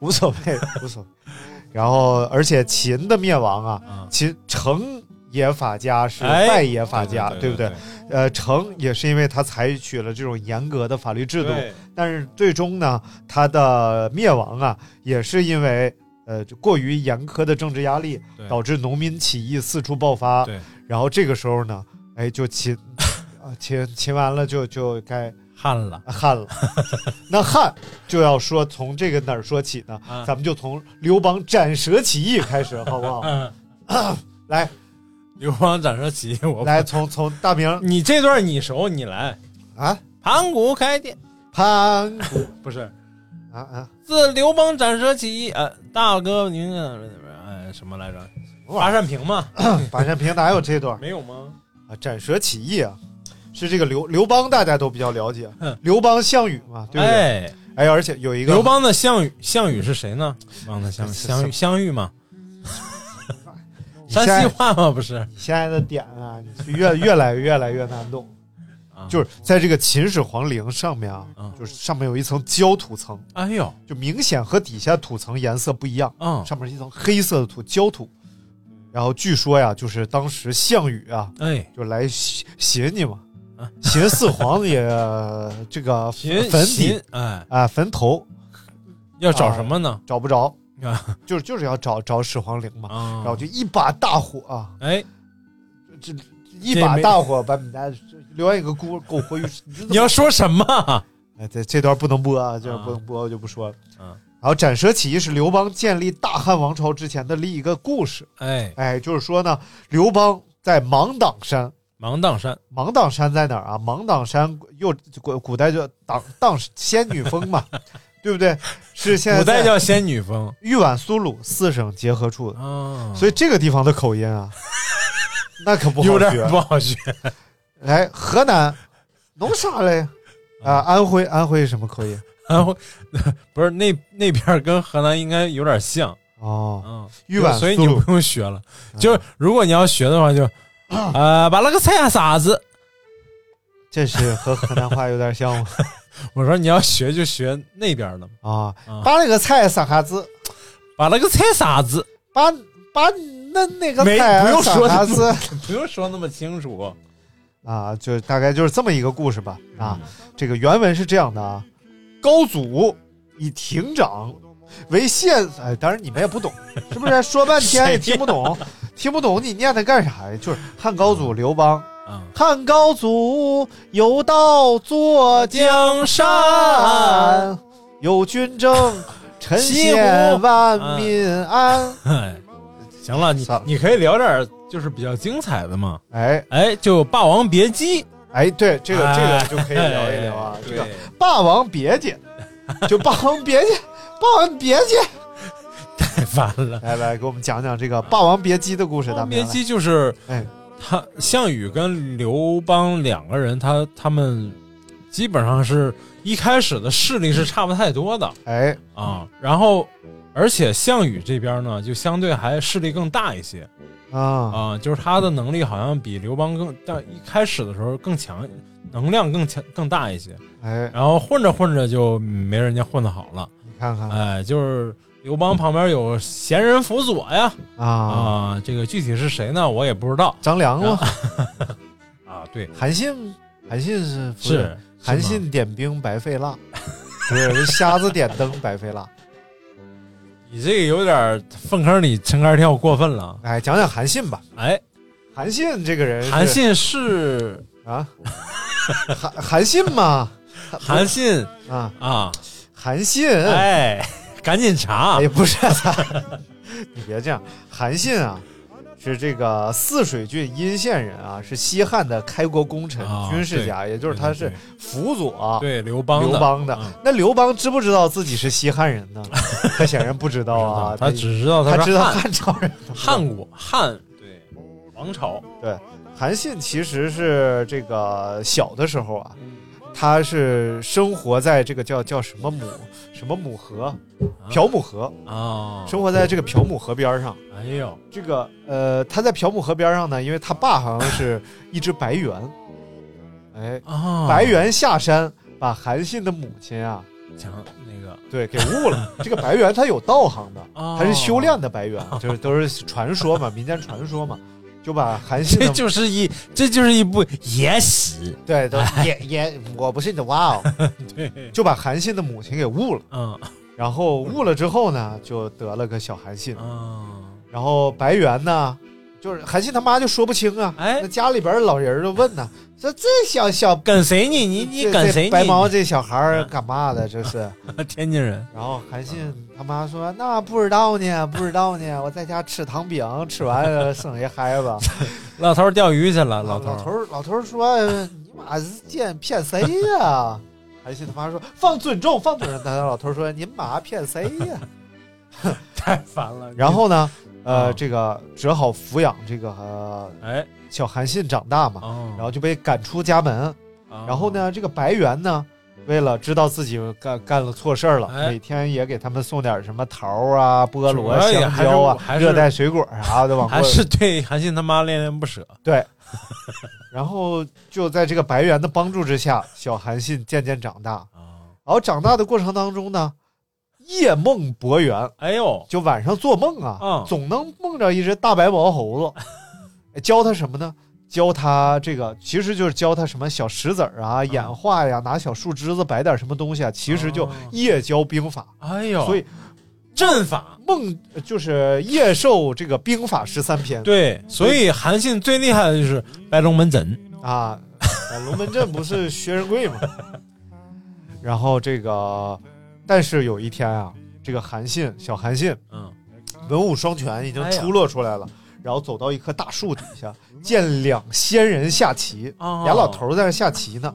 Speaker 2: 无所谓，无所谓。然后，而且秦的灭亡啊，
Speaker 3: 啊，
Speaker 2: 秦成也法家是
Speaker 3: 哎
Speaker 2: 败也法家，
Speaker 3: 对
Speaker 2: 对不对？呃，成也是因为他采取了这种严格的法律制度，
Speaker 3: 对
Speaker 2: 但是最终呢，他的灭亡啊，也是因为呃过于严苛的政治压力，
Speaker 3: 对
Speaker 2: 导致农民起义四处爆发。
Speaker 3: 对
Speaker 2: 然后这个时候呢，哎，就秦啊秦秦完了就就该
Speaker 3: 汉了，
Speaker 2: 汉
Speaker 3: [LAUGHS]
Speaker 2: 了。那汉就要说从这个哪儿说起呢？
Speaker 3: 啊
Speaker 2: 咱们就从刘邦斩蛇起义开始，好不好？
Speaker 3: 嗯，
Speaker 2: [CLEARS THROAT] 来
Speaker 3: 刘邦斩蛇起义， [LAUGHS] 我
Speaker 2: 来，从从大明
Speaker 3: 你这段你熟，你来。
Speaker 2: 啊
Speaker 3: 盘古开天
Speaker 2: 潘
Speaker 3: 不是，
Speaker 2: 啊啊
Speaker 3: 自刘邦斩蛇起义，呃，大哥您呃什么来着？
Speaker 2: 玩
Speaker 3: 华善平吗？
Speaker 2: 马占嗯平哪有这
Speaker 3: [LAUGHS]
Speaker 2: 段？
Speaker 3: 没有吗？
Speaker 2: 啊，斩蛇起义啊，是这个刘刘邦，大家都比较了解
Speaker 3: 嗯，
Speaker 2: 刘邦项羽嘛，对不对？哎，
Speaker 3: 哎，
Speaker 2: 而且有一个
Speaker 3: 刘，邦的项羽，项羽是谁呢？刘邦的项羽，
Speaker 2: 是
Speaker 3: 项羽，项羽嘛，
Speaker 2: 你现
Speaker 3: 山
Speaker 2: 在
Speaker 3: 西话嘛，不是？
Speaker 2: 你现在的点啊，你是越越来越来越难懂，
Speaker 3: 啊
Speaker 2: 就是在这个秦始皇陵上面啊，
Speaker 3: 嗯
Speaker 2: 就是上面有一层焦土层，
Speaker 3: 哎呦，
Speaker 2: 就明显和底下土层颜色不一样，
Speaker 3: 嗯，
Speaker 2: 上面是一层黑色的土焦土。然后据说呀，就是当时项羽啊，
Speaker 3: 哎，
Speaker 2: 就来寻寻你嘛
Speaker 3: 啊，
Speaker 2: 寻四皇也这个
Speaker 3: 秦
Speaker 2: 坟
Speaker 3: 秦
Speaker 2: 底，
Speaker 3: 哎，
Speaker 2: 啊坟头
Speaker 3: 要找什么呢？
Speaker 2: 找不着，
Speaker 3: [LAUGHS] 啊
Speaker 2: 就是就是要找找始皇陵嘛，
Speaker 3: 啊
Speaker 2: 然后就一把大火啊，
Speaker 3: 哎，
Speaker 2: 这这一把大火把你们家留下一个孤狗活于世。你
Speaker 3: 你要说什么？
Speaker 2: 哎，这这段不能播啊，这段
Speaker 3: 啊
Speaker 2: 不能播，我就不说了。
Speaker 3: 啊
Speaker 2: 然后斩蛇起义是刘邦建立大汉王朝之前的另一个故事。
Speaker 3: 哎，
Speaker 2: 哎，就是说呢，刘邦在芒砀山，
Speaker 3: 芒砀山，
Speaker 2: 芒砀山在哪儿啊？芒砀山又古古代叫砀砀仙女峰嘛， [LAUGHS] 对不对？是现在
Speaker 3: 古代
Speaker 2: 在
Speaker 3: 叫仙女峰
Speaker 2: 豫皖苏鲁四省结合处的。
Speaker 3: 啊，
Speaker 2: 所以这个地方的口音啊，那可不好
Speaker 3: 有点
Speaker 2: 学。哎
Speaker 3: 不好学。
Speaker 2: 来，河南弄啥嘞？啊，安徽安徽什么口音？
Speaker 3: 安徽 [LAUGHS] 不是那那边儿跟河南应该有点像，
Speaker 2: 哦，
Speaker 3: 嗯，
Speaker 2: 豫皖
Speaker 3: 所以
Speaker 2: 苏
Speaker 3: 你
Speaker 2: 鲁
Speaker 3: 不用学了。就是如果你要学的话就，呃，把那个菜傻子，
Speaker 2: 这是和河南话有点像
Speaker 3: [LAUGHS]
Speaker 2: 吗？
Speaker 3: 我说你要学就学那边的，
Speaker 2: 啊
Speaker 3: 嗯，
Speaker 2: 把那个菜啥哈子？
Speaker 3: 把那个菜傻子，
Speaker 2: 把把那那个
Speaker 3: 没
Speaker 2: 菜
Speaker 3: 不用
Speaker 2: 啥
Speaker 3: 说
Speaker 2: 哈
Speaker 3: 的
Speaker 2: 子？
Speaker 3: 不用说那么清楚。
Speaker 2: 啊，就大概就是这么一个故事吧。
Speaker 3: 嗯
Speaker 2: 啊，这个原文是这样的啊：高祖以亭长为县，哎，当然你们也不懂，是不是？说半天也听不懂，听不懂你念它干啥呀？就是汉高祖刘邦，
Speaker 3: 啊，
Speaker 2: 汉高祖有道坐
Speaker 3: 江山，
Speaker 2: 山，有军政，臣
Speaker 3: 西
Speaker 2: 贤
Speaker 3: 湖
Speaker 2: 万民安。
Speaker 3: [LAUGHS] 哎，行了，你
Speaker 2: 算了
Speaker 3: 你可以聊点儿就是比较精彩的嘛。
Speaker 2: 哎
Speaker 3: 哎，就《霸王别姬》
Speaker 2: 哎，对，这个这个
Speaker 3: 哎
Speaker 2: 就可以聊一聊啊，这个。
Speaker 3: 对
Speaker 2: 《霸王别姬》，就《霸王别姬》，《 [LAUGHS] 霸王别姬》。
Speaker 3: [LAUGHS] 太烦了。
Speaker 2: 来来，给我们讲讲这个《霸王别姬》的故事，
Speaker 3: 《
Speaker 2: 大
Speaker 3: 霸
Speaker 2: 明
Speaker 3: 王别姬》就是
Speaker 2: 哎，
Speaker 3: 他项羽跟刘邦两个人，他他们基本上是一开始的势力是差不太多的
Speaker 2: 哎，
Speaker 3: 啊。然后，而且项羽这边呢，就相对还势力更大一些
Speaker 2: 啊，
Speaker 3: 啊，就是他的能力好像比刘邦更，但一开始的时候更强，能量更强更大一些。
Speaker 2: 哎，
Speaker 3: 然后混着混着就没人家混得好了，
Speaker 2: 你看看
Speaker 3: 哎，就是刘邦旁边有贤人辅佐呀
Speaker 2: 啊，
Speaker 3: 啊，嗯这个具体是谁呢？我也不知道
Speaker 2: 张良吗？
Speaker 3: 啊。对，
Speaker 2: 韩信，韩信是不
Speaker 3: 是
Speaker 2: 韩
Speaker 3: 吗
Speaker 2: 信点兵白费蜡， [LAUGHS] 不是人瞎子点灯白费蜡。
Speaker 3: 你这个有点粪坑里撑杆跳过分了。
Speaker 2: 哎，讲讲韩信吧。
Speaker 3: 哎，
Speaker 2: 韩信这个人是，
Speaker 3: 韩信是
Speaker 2: 啊，韩韩信嘛，
Speaker 3: 韩信
Speaker 2: 啊，
Speaker 3: 啊，
Speaker 2: 韩信，
Speaker 3: 哎，赶紧查
Speaker 2: 哎，不是，你别这样。韩信啊，是这个泗水郡鄢县人啊，是西汉的开国功臣、
Speaker 3: 啊
Speaker 2: 军事家，也就是他是
Speaker 3: 对
Speaker 2: 辅佐啊、
Speaker 3: 嗯对刘邦的
Speaker 2: 刘邦的。
Speaker 3: 嗯
Speaker 2: 那刘邦知不知道自己是西汉人呢？他显然不知
Speaker 3: 嗯
Speaker 2: 道
Speaker 3: [LAUGHS]
Speaker 2: 啊，
Speaker 3: 他只知道
Speaker 2: 他
Speaker 3: 是
Speaker 2: 知道
Speaker 3: 汉
Speaker 2: 汉朝人。
Speaker 3: 汉国汉对王朝
Speaker 2: 韩信其实是这个小的时候啊，他是生活在这个叫叫什么母什么母河，朴母河，
Speaker 3: 啊，
Speaker 2: 生活在这个朴母河边儿上。
Speaker 3: 哎呦
Speaker 2: 这个呃，他在朴母河边上呢，因为他爸好像是一只白猿，哎，
Speaker 3: 啊，
Speaker 2: 白猿下山把韩信的母亲啊，
Speaker 3: 强那个
Speaker 2: 对，给误了。这个白猿它有道行的，
Speaker 3: 哦
Speaker 2: 它是修炼的白猿，就是都是传说嘛，民间传说嘛，就把韩信
Speaker 3: 这
Speaker 2: 的
Speaker 3: 就是一这就是一部野史，
Speaker 2: 对
Speaker 3: [LAUGHS]
Speaker 2: 都也也，我不是你的哇哦，
Speaker 3: 对，
Speaker 2: 就把韩信的母亲给误了，
Speaker 3: 嗯
Speaker 2: 然后误了之后呢，就得了个小韩信，
Speaker 3: 嗯，
Speaker 2: 然后白猿呢，就是韩信他妈就说不清啊，
Speaker 3: 哎
Speaker 2: 那家里边老人就问呢，说这小小
Speaker 3: 跟谁呢？你你嗯
Speaker 2: 这
Speaker 3: 跟
Speaker 2: 这
Speaker 3: 谁呢？
Speaker 2: 白毛这小孩儿干嘛的？这是。
Speaker 3: [LAUGHS] 天津人，
Speaker 2: 然后韩信他妈说：“那不知道呢，不知道呢，我在家吃糖饼，吃完了剩一孩子。
Speaker 3: 老头儿钓鱼去了，
Speaker 2: 啊老
Speaker 3: 头
Speaker 2: 头
Speaker 3: [LAUGHS] 儿
Speaker 2: 儿老头儿说：‘哎你妈是见骗谁 [LAUGHS] 呀？’韩信他妈说：‘放尊重，放尊重。’那老头儿说：‘您妈骗谁呀
Speaker 3: 太烦了。？’
Speaker 2: [LAUGHS] 然后呢，呃，
Speaker 3: 啊
Speaker 2: 这个只好抚养这个、呃
Speaker 3: 哎，
Speaker 2: 小韩信长大嘛，
Speaker 3: 哦
Speaker 2: 然后就被赶出家门。然后？呢，这个白猿呢，为了知道自己干干了错事儿了，
Speaker 3: 哎
Speaker 2: 每天也给他们送点什么桃儿啊、菠萝、
Speaker 3: 主要也
Speaker 2: 香蕉啊、
Speaker 3: 还是
Speaker 2: 热带水果啥的往过
Speaker 3: [LAUGHS] 还。是对韩信他妈恋恋不舍。
Speaker 2: 然后就在这个白猿的帮助之下，小韩信渐渐长大。
Speaker 3: 啊！
Speaker 2: 然后长大的过程当中呢，夜梦博猿，
Speaker 3: 哎呦，
Speaker 2: 就晚上做梦啊，
Speaker 3: 嗯
Speaker 2: 总能梦着一只大白毛猴
Speaker 3: [LAUGHS]
Speaker 2: 子，教他什么呢？教他这个其实就是教他什么小石子儿
Speaker 3: 嗯
Speaker 2: 啊、演化呀，拿小树枝子摆点什么东西啊，其实就
Speaker 3: 哦
Speaker 2: 夜教兵法。
Speaker 3: 哎呦，
Speaker 2: 所以
Speaker 3: 阵法
Speaker 2: 梦就是夜授这个兵法十三篇
Speaker 3: 对，所以韩信最厉害的就是白龙门阵。 [LAUGHS]
Speaker 2: 啊。呃龙门阵不是薛仁贵吗？ [LAUGHS] 然后这个，但是有一天啊，这个韩信小韩信
Speaker 3: 嗯，
Speaker 2: 文武双全已经
Speaker 3: 哎
Speaker 2: 出落出来了，然后走到一棵大树底下，见两仙人下棋，
Speaker 3: 哦
Speaker 2: 俩老头儿在那下棋呢，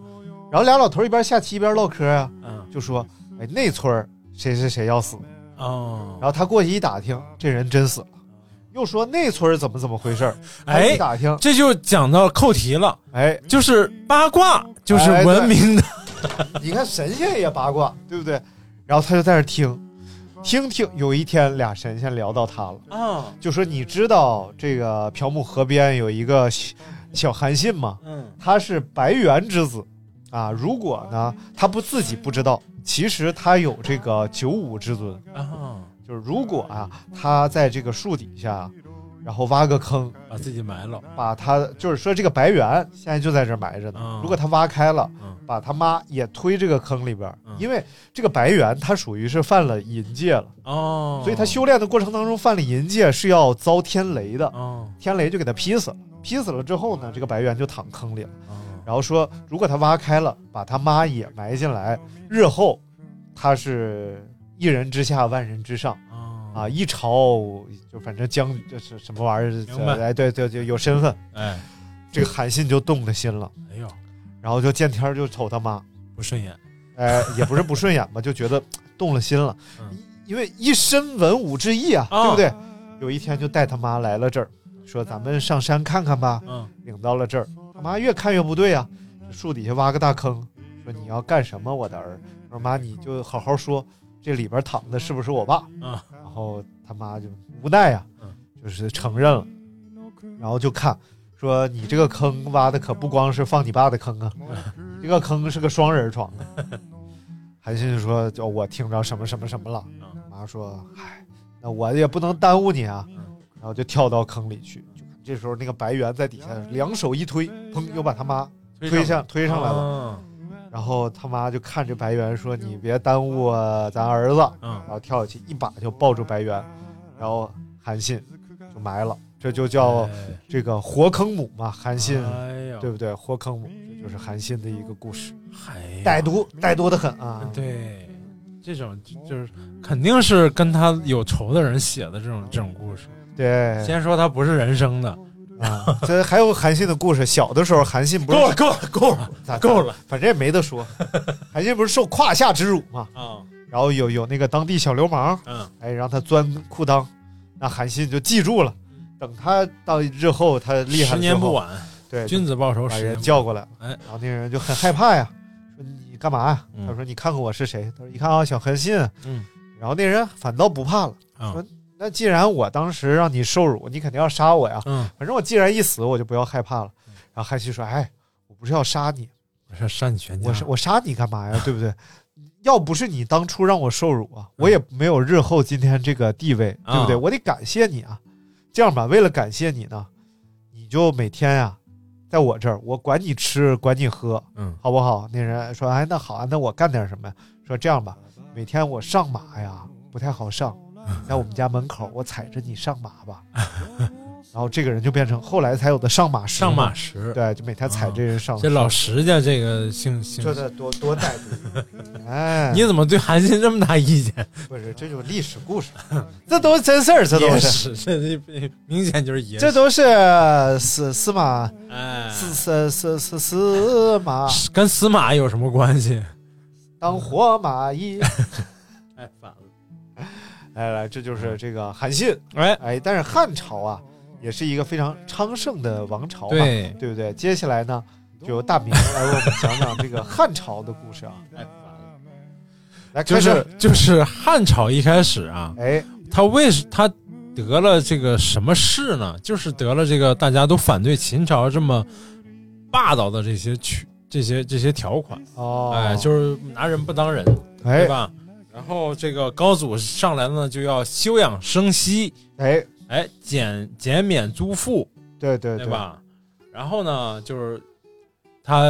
Speaker 2: 然后俩老头儿一边下棋一边唠嗑啊，
Speaker 3: 嗯，
Speaker 2: 就说：“哎，那村儿谁谁谁要死。”
Speaker 3: 哦
Speaker 2: 然，后他过去一打听，这人真死了，又说那村儿怎么怎么回事儿，还
Speaker 3: 哎
Speaker 2: 一，打听，
Speaker 3: 这就讲到扣题了，
Speaker 2: 哎，
Speaker 3: 就是八卦，就是
Speaker 2: 哎对
Speaker 3: 文明的。
Speaker 2: 你看神仙也八卦，对不对？然后他就在那儿听，听听。有一天，俩神仙聊到他了，
Speaker 3: 啊，
Speaker 2: 就说：“你知道这个朴木河边有一个小小韩信吗？
Speaker 3: 嗯，
Speaker 2: 他是白猿之子啊。如果
Speaker 3: 哦
Speaker 2: 呢，他不自己不知道，其实他有这个九五之尊。
Speaker 3: 啊，
Speaker 2: 就是如果啊，他在这个树底下，然后挖个坑，
Speaker 3: 把自己埋了。
Speaker 2: 把他就是说这个白猿现在就在这儿埋着呢。
Speaker 3: 嗯
Speaker 2: 如果他挖开了，
Speaker 3: 嗯
Speaker 2: 把他妈也推这个坑里边儿，
Speaker 3: 嗯
Speaker 2: 因为这个白猿他属于是犯了淫戒了，
Speaker 3: 哦，
Speaker 2: 所以他修炼的过程当中犯了淫戒是要遭天雷的，
Speaker 3: 哦，
Speaker 2: 天雷就给他劈死了。劈死了之后呢，这个白猿就躺坑里了。
Speaker 3: 哦，
Speaker 2: 然后说，如果他挖开了，把他妈也埋进来，日后他是一人之下，万人之上。
Speaker 3: 哦
Speaker 2: 啊，，一朝就反正将就是什么玩意
Speaker 3: 明白
Speaker 2: 儿，哎，对对，就有身份。
Speaker 3: 哎，
Speaker 2: 这个韩信就动了心了，
Speaker 3: 哎呦，
Speaker 2: 然后就见天儿就瞅他妈，
Speaker 3: 不顺眼。
Speaker 2: 哎，也不是不顺眼吧，就觉得动了心了
Speaker 3: 嗯，
Speaker 2: 因为一身文武之意啊，
Speaker 3: 啊
Speaker 2: 对不对？有一天就带他妈来了这儿，说咱们上山看看吧。
Speaker 3: 嗯，
Speaker 2: 领到了这儿，他妈越看越不对啊，树底下挖个大坑，说你要干什么，我的儿？我说妈，你就好好说，这里边躺的是不是我爸？
Speaker 3: 啊，
Speaker 2: 然后他妈就无奈呀、
Speaker 3: 嗯
Speaker 2: 就是承认了，然后就看说你这个坑挖的可不光是放你爸的坑啊，这个坑是个双人床啊。韩信就说：“就我听着什么什么什么了。”
Speaker 3: 嗯
Speaker 2: 妈说：“嗨，那我也不能耽误你啊。”然后就跳到坑里去。就这时候那个白猿在底下两手一推，砰，又把他妈推上推上来了。
Speaker 3: 了。嗯
Speaker 2: 然后他妈就看着白猿说：“你别耽误咱儿子。”然
Speaker 3: 嗯，
Speaker 2: 后跳下去，一把就抱住白猿，然后韩信就埋了，这就叫
Speaker 3: 哎
Speaker 2: 这个活坑母嘛，韩信，
Speaker 3: 哎呦，
Speaker 2: 对不对？活坑母，这就是韩信的一个故事，
Speaker 3: 哎呀
Speaker 2: 歹毒，歹毒的很啊！
Speaker 3: 嗯对，嗯这种就就是肯定是跟他有仇的人写的这种这种故事。
Speaker 2: 对
Speaker 3: 先说他不是人生的，
Speaker 2: 啊，这还有韩信的故事。小的时候，韩信不是哎
Speaker 3: 够了，够了，
Speaker 2: 咋
Speaker 3: 够，了
Speaker 2: 反正也没得说，韩信不是受胯下之辱嘛？
Speaker 3: 啊！
Speaker 2: 然后有有那个当地小流氓，
Speaker 3: 嗯，
Speaker 2: 哎，让他钻裤裆，那韩信就记住了。等他到日后他厉害了
Speaker 3: 十
Speaker 2: 之后，哎
Speaker 3: 年不晚，
Speaker 2: 对，
Speaker 3: 君子报仇，
Speaker 2: 把
Speaker 3: 十年
Speaker 2: 人
Speaker 3: 不晚
Speaker 2: 叫过来了，
Speaker 3: 哎
Speaker 2: 然后那个人就很害怕呀，说你干嘛呀？
Speaker 3: 嗯
Speaker 2: 他说你看看我是谁？他说一看啊，小韩信。
Speaker 3: 嗯，
Speaker 2: 然后那人反倒不怕了，
Speaker 3: 啊
Speaker 2: 说，那既然我当时让你受辱，你肯定要杀我呀。
Speaker 3: 嗯，
Speaker 2: 反正我既然一死，我就不要害怕了。然后韩信说，哎，我不是要杀你，
Speaker 3: 我是杀你全家，
Speaker 2: 我是我杀你干嘛呀？对不对？要不是你当初让我受辱啊，我也没有日后今天这个地位，
Speaker 3: 啊
Speaker 2: 对不对？我得感谢你啊。这样吧，为了感谢你呢，你就每天呀、在我这儿，我管你吃，管你喝，
Speaker 3: 嗯
Speaker 2: 好不好？那人说，哎，那好啊，那我干点什么呀？说这样吧，每天我上马呀不太好
Speaker 3: [LAUGHS]
Speaker 2: 上，在我们家门口，我踩着你上马吧。 [LAUGHS] 然后这个人就变成后来才有的上马石嘛
Speaker 3: 上马，石，
Speaker 2: 对，就每天踩这人上马。
Speaker 3: 这老石家这个姓姓，
Speaker 2: 这得多多歹毒！ [LAUGHS] 哎，
Speaker 3: 你怎么对韩信这么大意见？
Speaker 2: 不是这就是历史故事， [LAUGHS] 这都是真事儿，这都
Speaker 3: 野
Speaker 2: 是，
Speaker 3: 史，这这明显就是野史，
Speaker 2: 这都是司司马
Speaker 3: 哎，
Speaker 2: 司司司司司马
Speaker 3: 跟司马有什么关系？
Speaker 2: 当活马 [LAUGHS] 医。
Speaker 3: 哎，反了，
Speaker 2: 来哎来，这就是这个韩信。
Speaker 3: 哎，
Speaker 2: 哎，但是汉朝啊，也是一个非常昌盛的王朝嘛，
Speaker 3: 对，
Speaker 2: 对不对？接下来呢，就由大明来为我们讲讲这个汉朝的故事啊。
Speaker 3: 哎，反了，
Speaker 2: 来，
Speaker 3: 就
Speaker 2: 开始
Speaker 3: 是就是汉朝一开始啊，
Speaker 2: 哎，
Speaker 3: 他为什他得了这个什么事呢？就是得了这个大家都反对秦朝这么霸道的这些曲这些这些条款，
Speaker 2: 哦，
Speaker 3: 哎，就是拿人不当人，
Speaker 2: 哎
Speaker 3: 对吧？然后这个高祖上来呢，就要休养生息，
Speaker 2: 哎，
Speaker 3: 哎，减减免租赋，
Speaker 2: 对对
Speaker 3: 对？吧？然后呢，就是他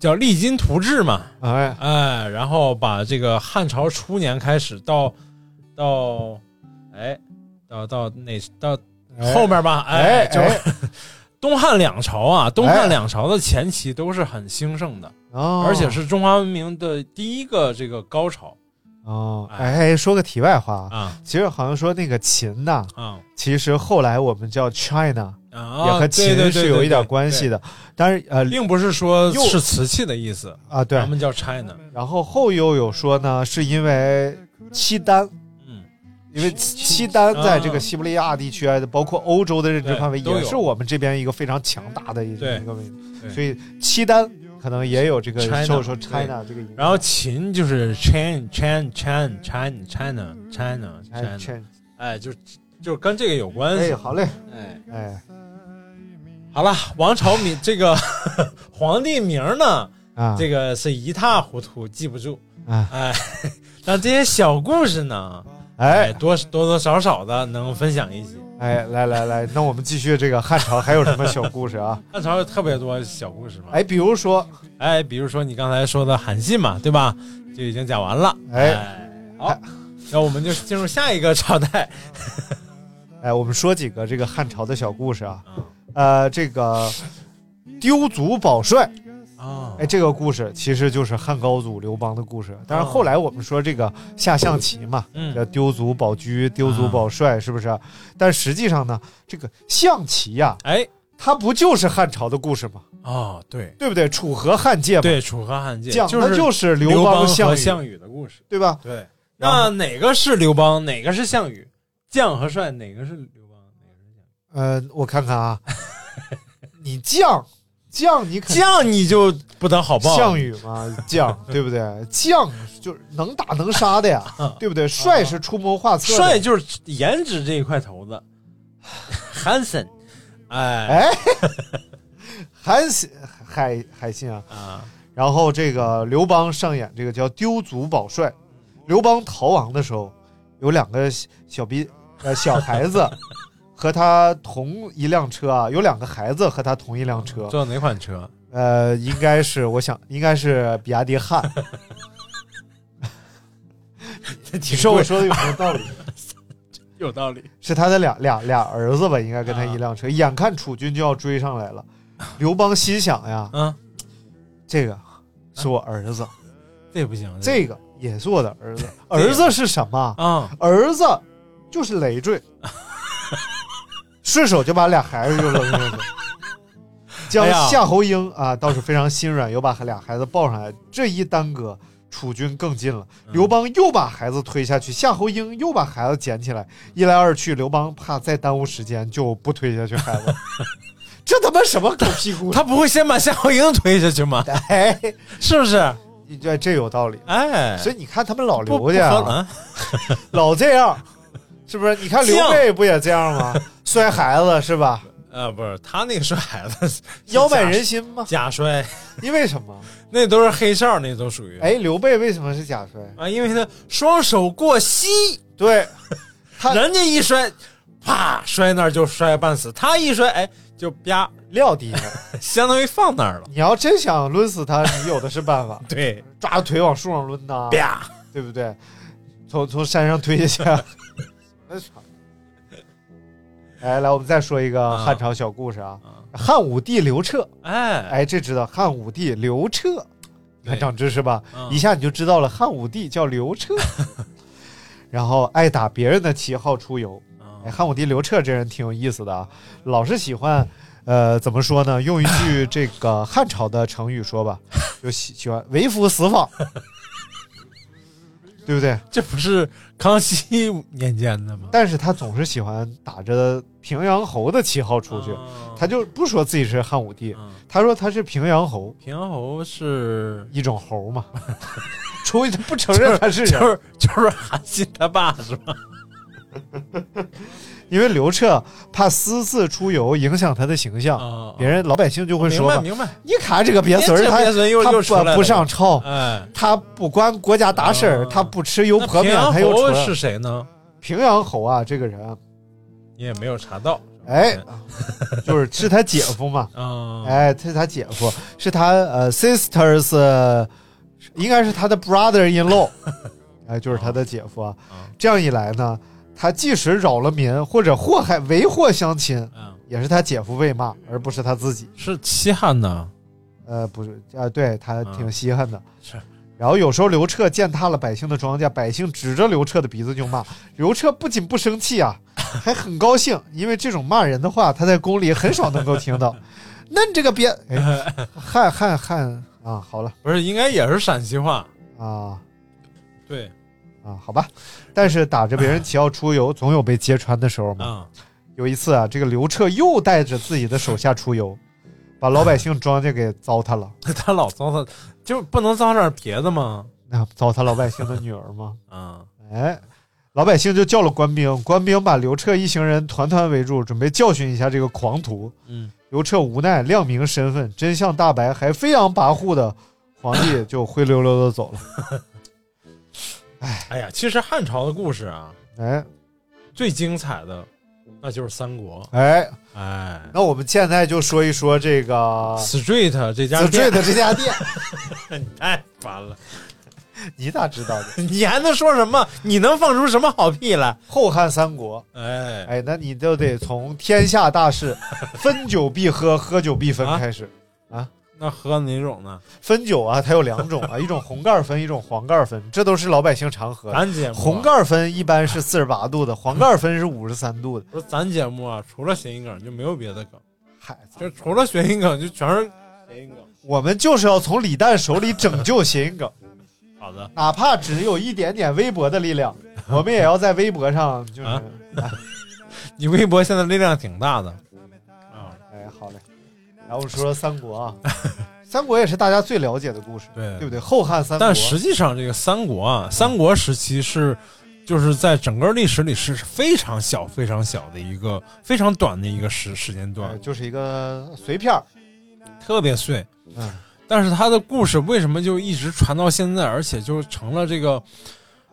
Speaker 3: 叫励精图治嘛，
Speaker 2: 哎，
Speaker 3: 哎，然后把这个汉朝初年开始到到哎到到哪到
Speaker 2: 哎
Speaker 3: 后面吧，
Speaker 2: 哎
Speaker 3: 哎，就是东汉两朝啊，东汉两朝的前期都是很兴盛的，
Speaker 2: 哦，
Speaker 3: 而且是中华文明的第一个这个高潮
Speaker 2: 哦，
Speaker 3: 哎
Speaker 2: 哎，说个题外话啊，
Speaker 3: 啊
Speaker 2: 其实好像说那个秦呐、
Speaker 3: 啊
Speaker 2: 其实后来我们叫 China，、
Speaker 3: 啊，
Speaker 2: 也和
Speaker 3: 对对
Speaker 2: 秦
Speaker 3: 对对
Speaker 2: 是有一点关系
Speaker 3: 对
Speaker 2: 的。但是呃
Speaker 3: 对并不是说
Speaker 2: 又
Speaker 3: 是瓷器的意思，
Speaker 2: 啊对
Speaker 3: 咱，们叫 China，
Speaker 2: 然后后又有说呢，是因为契丹
Speaker 3: 嗯，
Speaker 2: 一因为契丹在这个西伯利亚地区啊，包括欧洲的认知范围，
Speaker 3: 啊对都有
Speaker 2: 也是我们这边一个非常强大的一个
Speaker 3: 对
Speaker 2: 一个位置，
Speaker 3: 对
Speaker 2: 所以契丹可能也有这个
Speaker 3: China，
Speaker 2: 受受
Speaker 3: 对
Speaker 2: China 这个影响。
Speaker 3: 然后秦就是 Chan Chan Chan Chan China China
Speaker 2: 哎
Speaker 3: China，
Speaker 2: 劝
Speaker 3: 哎，就就是跟这个有关系
Speaker 2: 哎，。好嘞，
Speaker 3: 哎，
Speaker 2: 哎
Speaker 3: 好了，王朝名这个 [LAUGHS] 皇帝名呢，
Speaker 2: 啊，
Speaker 3: 这个是一塌糊涂，记不住。
Speaker 2: 啊
Speaker 3: 哎， [LAUGHS] 但这些小故事呢，哎，
Speaker 2: 哎
Speaker 3: 多多多少少的能分享一些。
Speaker 2: 哎，来来来，那我们继续这个汉朝还有什么小故事
Speaker 3: [LAUGHS]
Speaker 2: 啊？
Speaker 3: 汉朝有特别多小故事嘛，
Speaker 2: 哎，比如说，
Speaker 3: 哎，比如说你刚才说的韩信嘛，对吧？就已经讲完了。
Speaker 2: 哎
Speaker 3: 好，那我们就进入下一个朝代。
Speaker 2: 哎，我们说几个这个汉朝的小故事啊，
Speaker 3: 啊
Speaker 2: 呃，这个丢卒保帅，
Speaker 3: 啊
Speaker 2: 哎，这个故事其实就是汉高祖刘邦的故事。但是后来我们说这个下象棋嘛，
Speaker 3: 嗯
Speaker 2: 叫丢卒保车、丢卒保帅，是不是？但实际上呢，这个象棋呀、
Speaker 3: 哎，
Speaker 2: 它不就是汉朝的故事吗？
Speaker 3: 哦，对
Speaker 2: 对不对？楚河汉界嘛，
Speaker 3: 对，楚河汉界
Speaker 2: 讲的
Speaker 3: 就是刘
Speaker 2: 刘
Speaker 3: 邦
Speaker 2: 项
Speaker 3: 和
Speaker 2: 羽，
Speaker 3: 项羽的故事。
Speaker 2: 对吧？
Speaker 3: 对，
Speaker 2: 然后
Speaker 3: 那哪个是刘邦，哪个是项羽？将和帅哪个是刘邦，哪个是项羽？
Speaker 2: 呃，我看看啊， [LAUGHS] 你将将你肯定
Speaker 3: 将你就不得好报。
Speaker 2: 项
Speaker 3: 羽
Speaker 2: 羽嘛，将
Speaker 3: [LAUGHS]
Speaker 2: 对不对？将就是能打能杀的呀，对不对？帅是出谋划策的，
Speaker 3: 嗯帅就是颜值这一块头子，Hanson，哎
Speaker 2: 哎，韩信海海信啊，
Speaker 3: 啊
Speaker 2: 然后这个刘邦上演这个叫丢卒保帅。刘邦逃亡的时候，有两个小小逼呃小孩子和他同一辆车啊，有两个孩子和他同一辆车，
Speaker 3: 坐哪款车？
Speaker 2: 呃，应该是我想应该是比亚迪汉。 [LAUGHS] 你说我说的有没有道理？
Speaker 3: 有道理。
Speaker 2: 是他的俩俩俩儿子吧，应该跟他一辆车。眼看楚军就要追上 [LAUGHS] 来了，刘邦心想呀，
Speaker 3: 嗯，
Speaker 2: 这个是我儿子，
Speaker 3: 这不行，
Speaker 2: 这个也是我的儿子。 [LAUGHS] 儿子是什么？
Speaker 3: 啊
Speaker 2: 儿子就是累赘，顺手就把俩孩子就扔进去。将
Speaker 3: 哎呀
Speaker 2: 夏侯婴啊，倒是非常心软，又把俩孩子抱上来。这一耽搁，楚军更近了。
Speaker 3: 嗯
Speaker 2: 刘邦又把孩子推下去，夏侯婴又把孩子捡起来。一来二去，刘邦怕再耽误时间，就不推下去孩子。 [LAUGHS] 这他妈什么狗屁故事？
Speaker 3: 他不会先把夏侯婴推下
Speaker 2: [LAUGHS]
Speaker 3: 去吗？
Speaker 2: 哎，
Speaker 3: 是不是？
Speaker 2: 你这这有道理。
Speaker 3: 哎，
Speaker 2: 所以你看他们老
Speaker 3: 不
Speaker 2: 刘
Speaker 3: 不
Speaker 2: 家、
Speaker 3: 可
Speaker 2: 啊，
Speaker 3: 能。
Speaker 2: [LAUGHS] 老这样，是不是？你看刘备不也这样
Speaker 3: [LAUGHS]
Speaker 2: 吗？摔孩子是吧？
Speaker 3: 呃，不是，他那个摔
Speaker 2: [LAUGHS]
Speaker 3: 孩子，
Speaker 2: 腰败人心吗？
Speaker 3: 假摔，
Speaker 2: 因为什么？
Speaker 3: 那都是黑哨，那都属于。
Speaker 2: 哎，刘备为什么是假摔？
Speaker 3: 啊，因为他双手过膝，
Speaker 2: 对，他
Speaker 3: 人家一摔，啪摔那儿就摔半死，他一摔，哎，就啪， [LAUGHS]
Speaker 2: 撂地上。
Speaker 3: 相当于放那儿了。，
Speaker 2: 你要真想抡死他，你有的是办法
Speaker 3: 对，
Speaker 2: 抓着腿往树上抡呐，
Speaker 3: 啪，
Speaker 2: 对不对？从从山上推下
Speaker 3: [LAUGHS]
Speaker 2: 去。哎操哎，来，我们再说一个
Speaker 3: 啊
Speaker 2: 汉朝小故事啊。
Speaker 3: 啊
Speaker 2: 汉武帝刘彻，
Speaker 3: 哎，
Speaker 2: 哎，这知道汉武帝刘彻，你看
Speaker 3: 对
Speaker 2: 长知识吧？
Speaker 3: 嗯
Speaker 2: 一下你就知道了，汉武帝叫刘
Speaker 3: [LAUGHS]
Speaker 2: 彻，然后爱打别人的旗号出游。哎，
Speaker 3: 啊
Speaker 2: 汉武帝刘彻这人挺有意思的啊，老是喜欢，呃，怎么说呢？用一句这个汉朝的成语说
Speaker 3: [LAUGHS]
Speaker 2: 吧，就喜喜欢为夫死访，对不对？
Speaker 3: 这不是康熙年间的吗？
Speaker 2: 但是他总是喜欢打着平阳侯的旗号出去，
Speaker 3: 啊
Speaker 2: 他就不说自己是汉武帝，
Speaker 3: 嗯
Speaker 2: 他说他是平阳侯，
Speaker 3: 平侯是
Speaker 2: 一种猴
Speaker 3: [LAUGHS]
Speaker 2: 嘛，除非他不承认他是啊人，
Speaker 3: 就是 [LAUGHS] 就是韩信他爸是吧？
Speaker 2: 因为刘彻怕私自出游影响他的形象，
Speaker 3: 啊
Speaker 2: 别人老百姓就会
Speaker 3: 明
Speaker 2: 说
Speaker 3: 白
Speaker 2: 吧，
Speaker 3: 明白，
Speaker 2: 你看这个鳖孙
Speaker 3: 别
Speaker 2: 儿，
Speaker 3: 这别
Speaker 2: 他
Speaker 3: 人又
Speaker 2: 他
Speaker 3: 又出来了
Speaker 2: 不不上朝，
Speaker 3: 哎，
Speaker 2: 他不管国家大事儿，
Speaker 3: 啊
Speaker 2: 他不吃油
Speaker 3: 那
Speaker 2: 泼
Speaker 3: 平
Speaker 2: 面，
Speaker 3: 阳
Speaker 2: 他又出
Speaker 3: 侯
Speaker 2: 来
Speaker 3: 是
Speaker 2: 了。
Speaker 3: 谁呢？
Speaker 2: 平阳侯啊，这个人，
Speaker 3: 你也没有查到， [LAUGHS]
Speaker 2: 哎，就是是他姐夫嘛，
Speaker 3: 嗯，
Speaker 2: 哎，他是他姐夫，是他呃 sisters，呃应该是他的 brother in
Speaker 3: [LAUGHS]
Speaker 2: law，哎，就是他的姐夫啊
Speaker 3: 啊。
Speaker 2: 这样一来呢，他即使扰了民或者祸害为祸乡亲，
Speaker 3: 嗯，
Speaker 2: 也是他姐夫被骂，而不是他自己。
Speaker 3: 是西汉的，
Speaker 2: 呃，不是，啊，对他挺稀罕的。
Speaker 3: 嗯是。
Speaker 2: 然后有时候刘彻践踏了百姓的庄稼，百姓指着刘彻的鼻子就骂。刘彻不仅不生气
Speaker 3: [LAUGHS]
Speaker 2: 啊，还很高兴，因为这种骂人的话，他在宫里很少能够听
Speaker 3: [LAUGHS]
Speaker 2: 到。那你这个别，哎，汉汉汉啊，好了
Speaker 3: 不是应该也是陕西话？
Speaker 2: 啊，
Speaker 3: 对，
Speaker 2: 啊，好吧。但是打着别人旗号出游，总有被揭穿的时候嘛。
Speaker 3: 嗯， [LAUGHS]
Speaker 2: 有一次啊，这个刘彻又带着自己的手下出游，把老百姓庄稼给糟蹋了，
Speaker 3: 他老糟蹋，就不能糟蹋点别的吗？
Speaker 2: 那糟蹋老百姓的女儿吗？
Speaker 3: 嗯，
Speaker 2: 哎，老百姓就叫了官兵，官兵把刘彻一行人团团围住，准备教训一下这个狂徒。
Speaker 3: 嗯，
Speaker 2: 刘彻无奈亮明身份，真相大白，还飞扬跋扈的皇帝就灰溜溜的走了。
Speaker 3: 哎呀，其实汉朝的故事啊，
Speaker 2: 哎
Speaker 3: 最精彩的那就是三国。
Speaker 2: 哎，
Speaker 3: 哎
Speaker 2: 那我们现在就说一说这个
Speaker 3: ，Street 这家
Speaker 2: 紫醉
Speaker 3: 店
Speaker 2: 的这家店， [LAUGHS]
Speaker 3: 太烦了， [LAUGHS]
Speaker 2: 你咋知道的？
Speaker 3: 你还能说什么？你能放出什么好屁来？
Speaker 2: 后汉三国，
Speaker 3: 哎，
Speaker 2: 哎，那你就得从天下大事，分久必喝，喝久必分
Speaker 3: 啊
Speaker 2: 开始。
Speaker 3: 那喝哪种呢？
Speaker 2: 分酒啊，它有两种
Speaker 3: [LAUGHS]
Speaker 2: 啊，一种红盖儿分，一种黄盖儿分，这都是老百姓常喝的。
Speaker 3: 咱节目啊
Speaker 2: 红盖儿分一般是四十八度的，黄盖儿分是五十三度的。
Speaker 3: 不是咱节目啊，除了谐音梗就没有别的梗，
Speaker 2: 嗨，
Speaker 3: 就除了谐音梗就全是谐音梗。
Speaker 2: 我们就是要从李诞手里拯救谐音
Speaker 3: [LAUGHS]
Speaker 2: 梗，
Speaker 3: 好的，
Speaker 2: 哪怕只有一点点微薄的力
Speaker 3: [LAUGHS]
Speaker 2: 量，我们也要在微博上就是。
Speaker 3: 啊你微博现在力量挺大的啊，
Speaker 2: 哎，好嘞。然后我们说说三国啊， [LAUGHS] 三国也是大家最了解的故事，
Speaker 3: 对
Speaker 2: 对不对？后汉三国，
Speaker 3: 但实际上这个三国啊，三国时期是。就是在整个历史里是非常小、非常小的一个非常短的一个时时间段
Speaker 2: 哎，就是一个碎片儿。
Speaker 3: 特别碎。
Speaker 2: 嗯，
Speaker 3: 但是他的故事为什么就一直传到现在，而且就成了这个，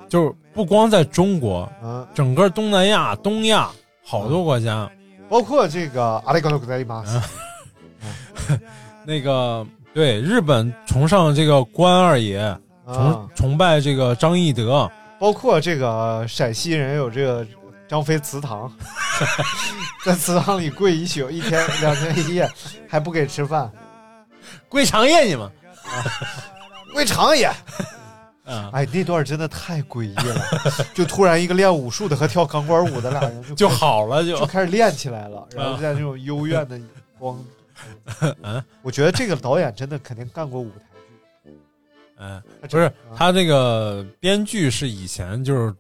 Speaker 3: 就是不光在中国，
Speaker 2: 嗯，
Speaker 3: 整个东南亚、东亚好多国家，
Speaker 2: 包括这个阿里嘎多古代里马斯，
Speaker 3: 那个对日本崇尚这个关二爷，
Speaker 2: 啊
Speaker 3: 崇，崇拜这个张翼德，
Speaker 2: 包括这个陕西人有这个张飞祠堂， [LAUGHS] 在祠堂里跪一宿，一天两天一夜，还不给吃饭，
Speaker 3: 跪长夜你们，
Speaker 2: 跪长夜。
Speaker 3: [LAUGHS] 嗯，
Speaker 2: 哎，那段真的太诡异了，就突然一个练武术的和跳钢管舞的俩人就
Speaker 3: 就嗯
Speaker 2: 开始
Speaker 3: 好了就
Speaker 2: 就开始练起来了，然后在那种幽怨的
Speaker 3: [LAUGHS]
Speaker 2: 光。
Speaker 3: 嗯
Speaker 2: 我觉得这个导演真的肯定干过舞台剧，
Speaker 3: 嗯，
Speaker 2: 他
Speaker 3: 不
Speaker 2: 真
Speaker 3: 是
Speaker 2: 啊
Speaker 3: 他这个编剧是以前就是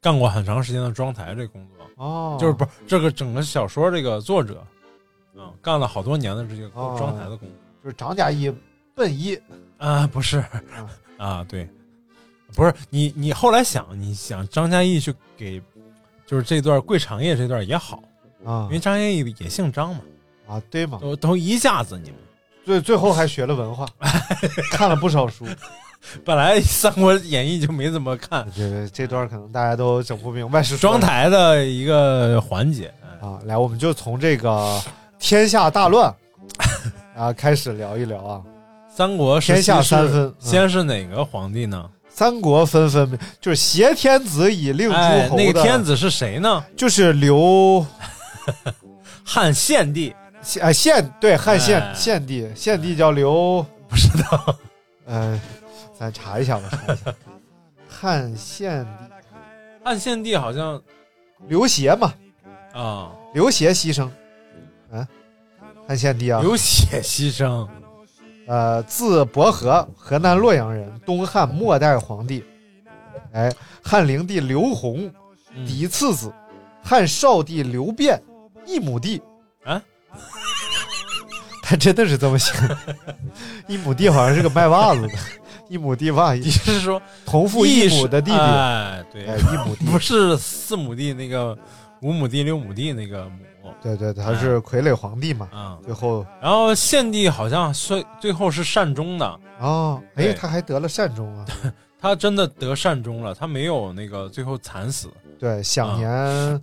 Speaker 3: 干过很长时间的妆台这工作，
Speaker 2: 哦，
Speaker 3: 就是不是这个整个小说这个作者，嗯，干了好多年的这个
Speaker 2: 哦
Speaker 3: 妆台的工作。
Speaker 2: 就是张嘉译笨一
Speaker 3: 啊，不是
Speaker 2: 啊，
Speaker 3: 啊，对，不是你，你后来想，你想张嘉译去给，就是这段跪长夜这段也好，
Speaker 2: 啊
Speaker 3: 因为张嘉译也姓张嘛，
Speaker 2: 啊，对嘛，
Speaker 3: 都都一下子你们
Speaker 2: 最最后还学了文
Speaker 3: [LAUGHS]
Speaker 2: 化，看了不少书。
Speaker 3: 本来《三国演义》就没怎么看，
Speaker 2: 这这段可能大家都整不明白是
Speaker 3: 妆台的一个环节，哎
Speaker 2: 啊。来，我们就从这个天下大
Speaker 3: [LAUGHS]
Speaker 2: 乱啊开始聊一聊啊。
Speaker 3: 三国时期
Speaker 2: 天下
Speaker 3: 是
Speaker 2: 三分嗯嗯
Speaker 3: 先是哪个皇帝呢？
Speaker 2: 三国纷纷灭，就是挟天子以令诸
Speaker 3: 哎，
Speaker 2: 侯的，
Speaker 3: 那个天子是谁呢？
Speaker 2: 就是刘
Speaker 3: 汉献帝，
Speaker 2: 啊献对汉献
Speaker 3: 哎
Speaker 2: 献帝，献帝叫刘，
Speaker 3: 不知道，
Speaker 2: 呃，咱查一下吧，查一下，汉献帝
Speaker 3: 汉献帝好像
Speaker 2: 刘协嘛，
Speaker 3: 啊，
Speaker 2: 刘协牺牲，嗯、汉献帝啊，嗯
Speaker 3: 流血牺牲，
Speaker 2: 呃，字伯和，河南洛阳人，东汉末代皇帝。哎，汉灵帝刘宏
Speaker 3: 嗯
Speaker 2: 嫡次子，汉少帝刘辩一亩地。
Speaker 3: 啊，
Speaker 2: [LAUGHS] 他真的是这么写的。一亩地好像是个卖袜子的，一亩地袜，
Speaker 3: 你是说
Speaker 2: 同父异母的弟弟。哎，
Speaker 3: 哎，对，
Speaker 2: 一亩地。
Speaker 3: 不是四亩地那个五亩地六亩地那个亩
Speaker 2: 对对，他是傀儡皇帝嘛。
Speaker 3: 啊、嗯。
Speaker 2: 最后
Speaker 3: 然后献帝好像最最后是善终的，
Speaker 2: 哦，哎，
Speaker 3: 对
Speaker 2: 他还得了善终啊。
Speaker 3: 他真的得善终了，他没有那个最后惨死，
Speaker 2: 对，享年、我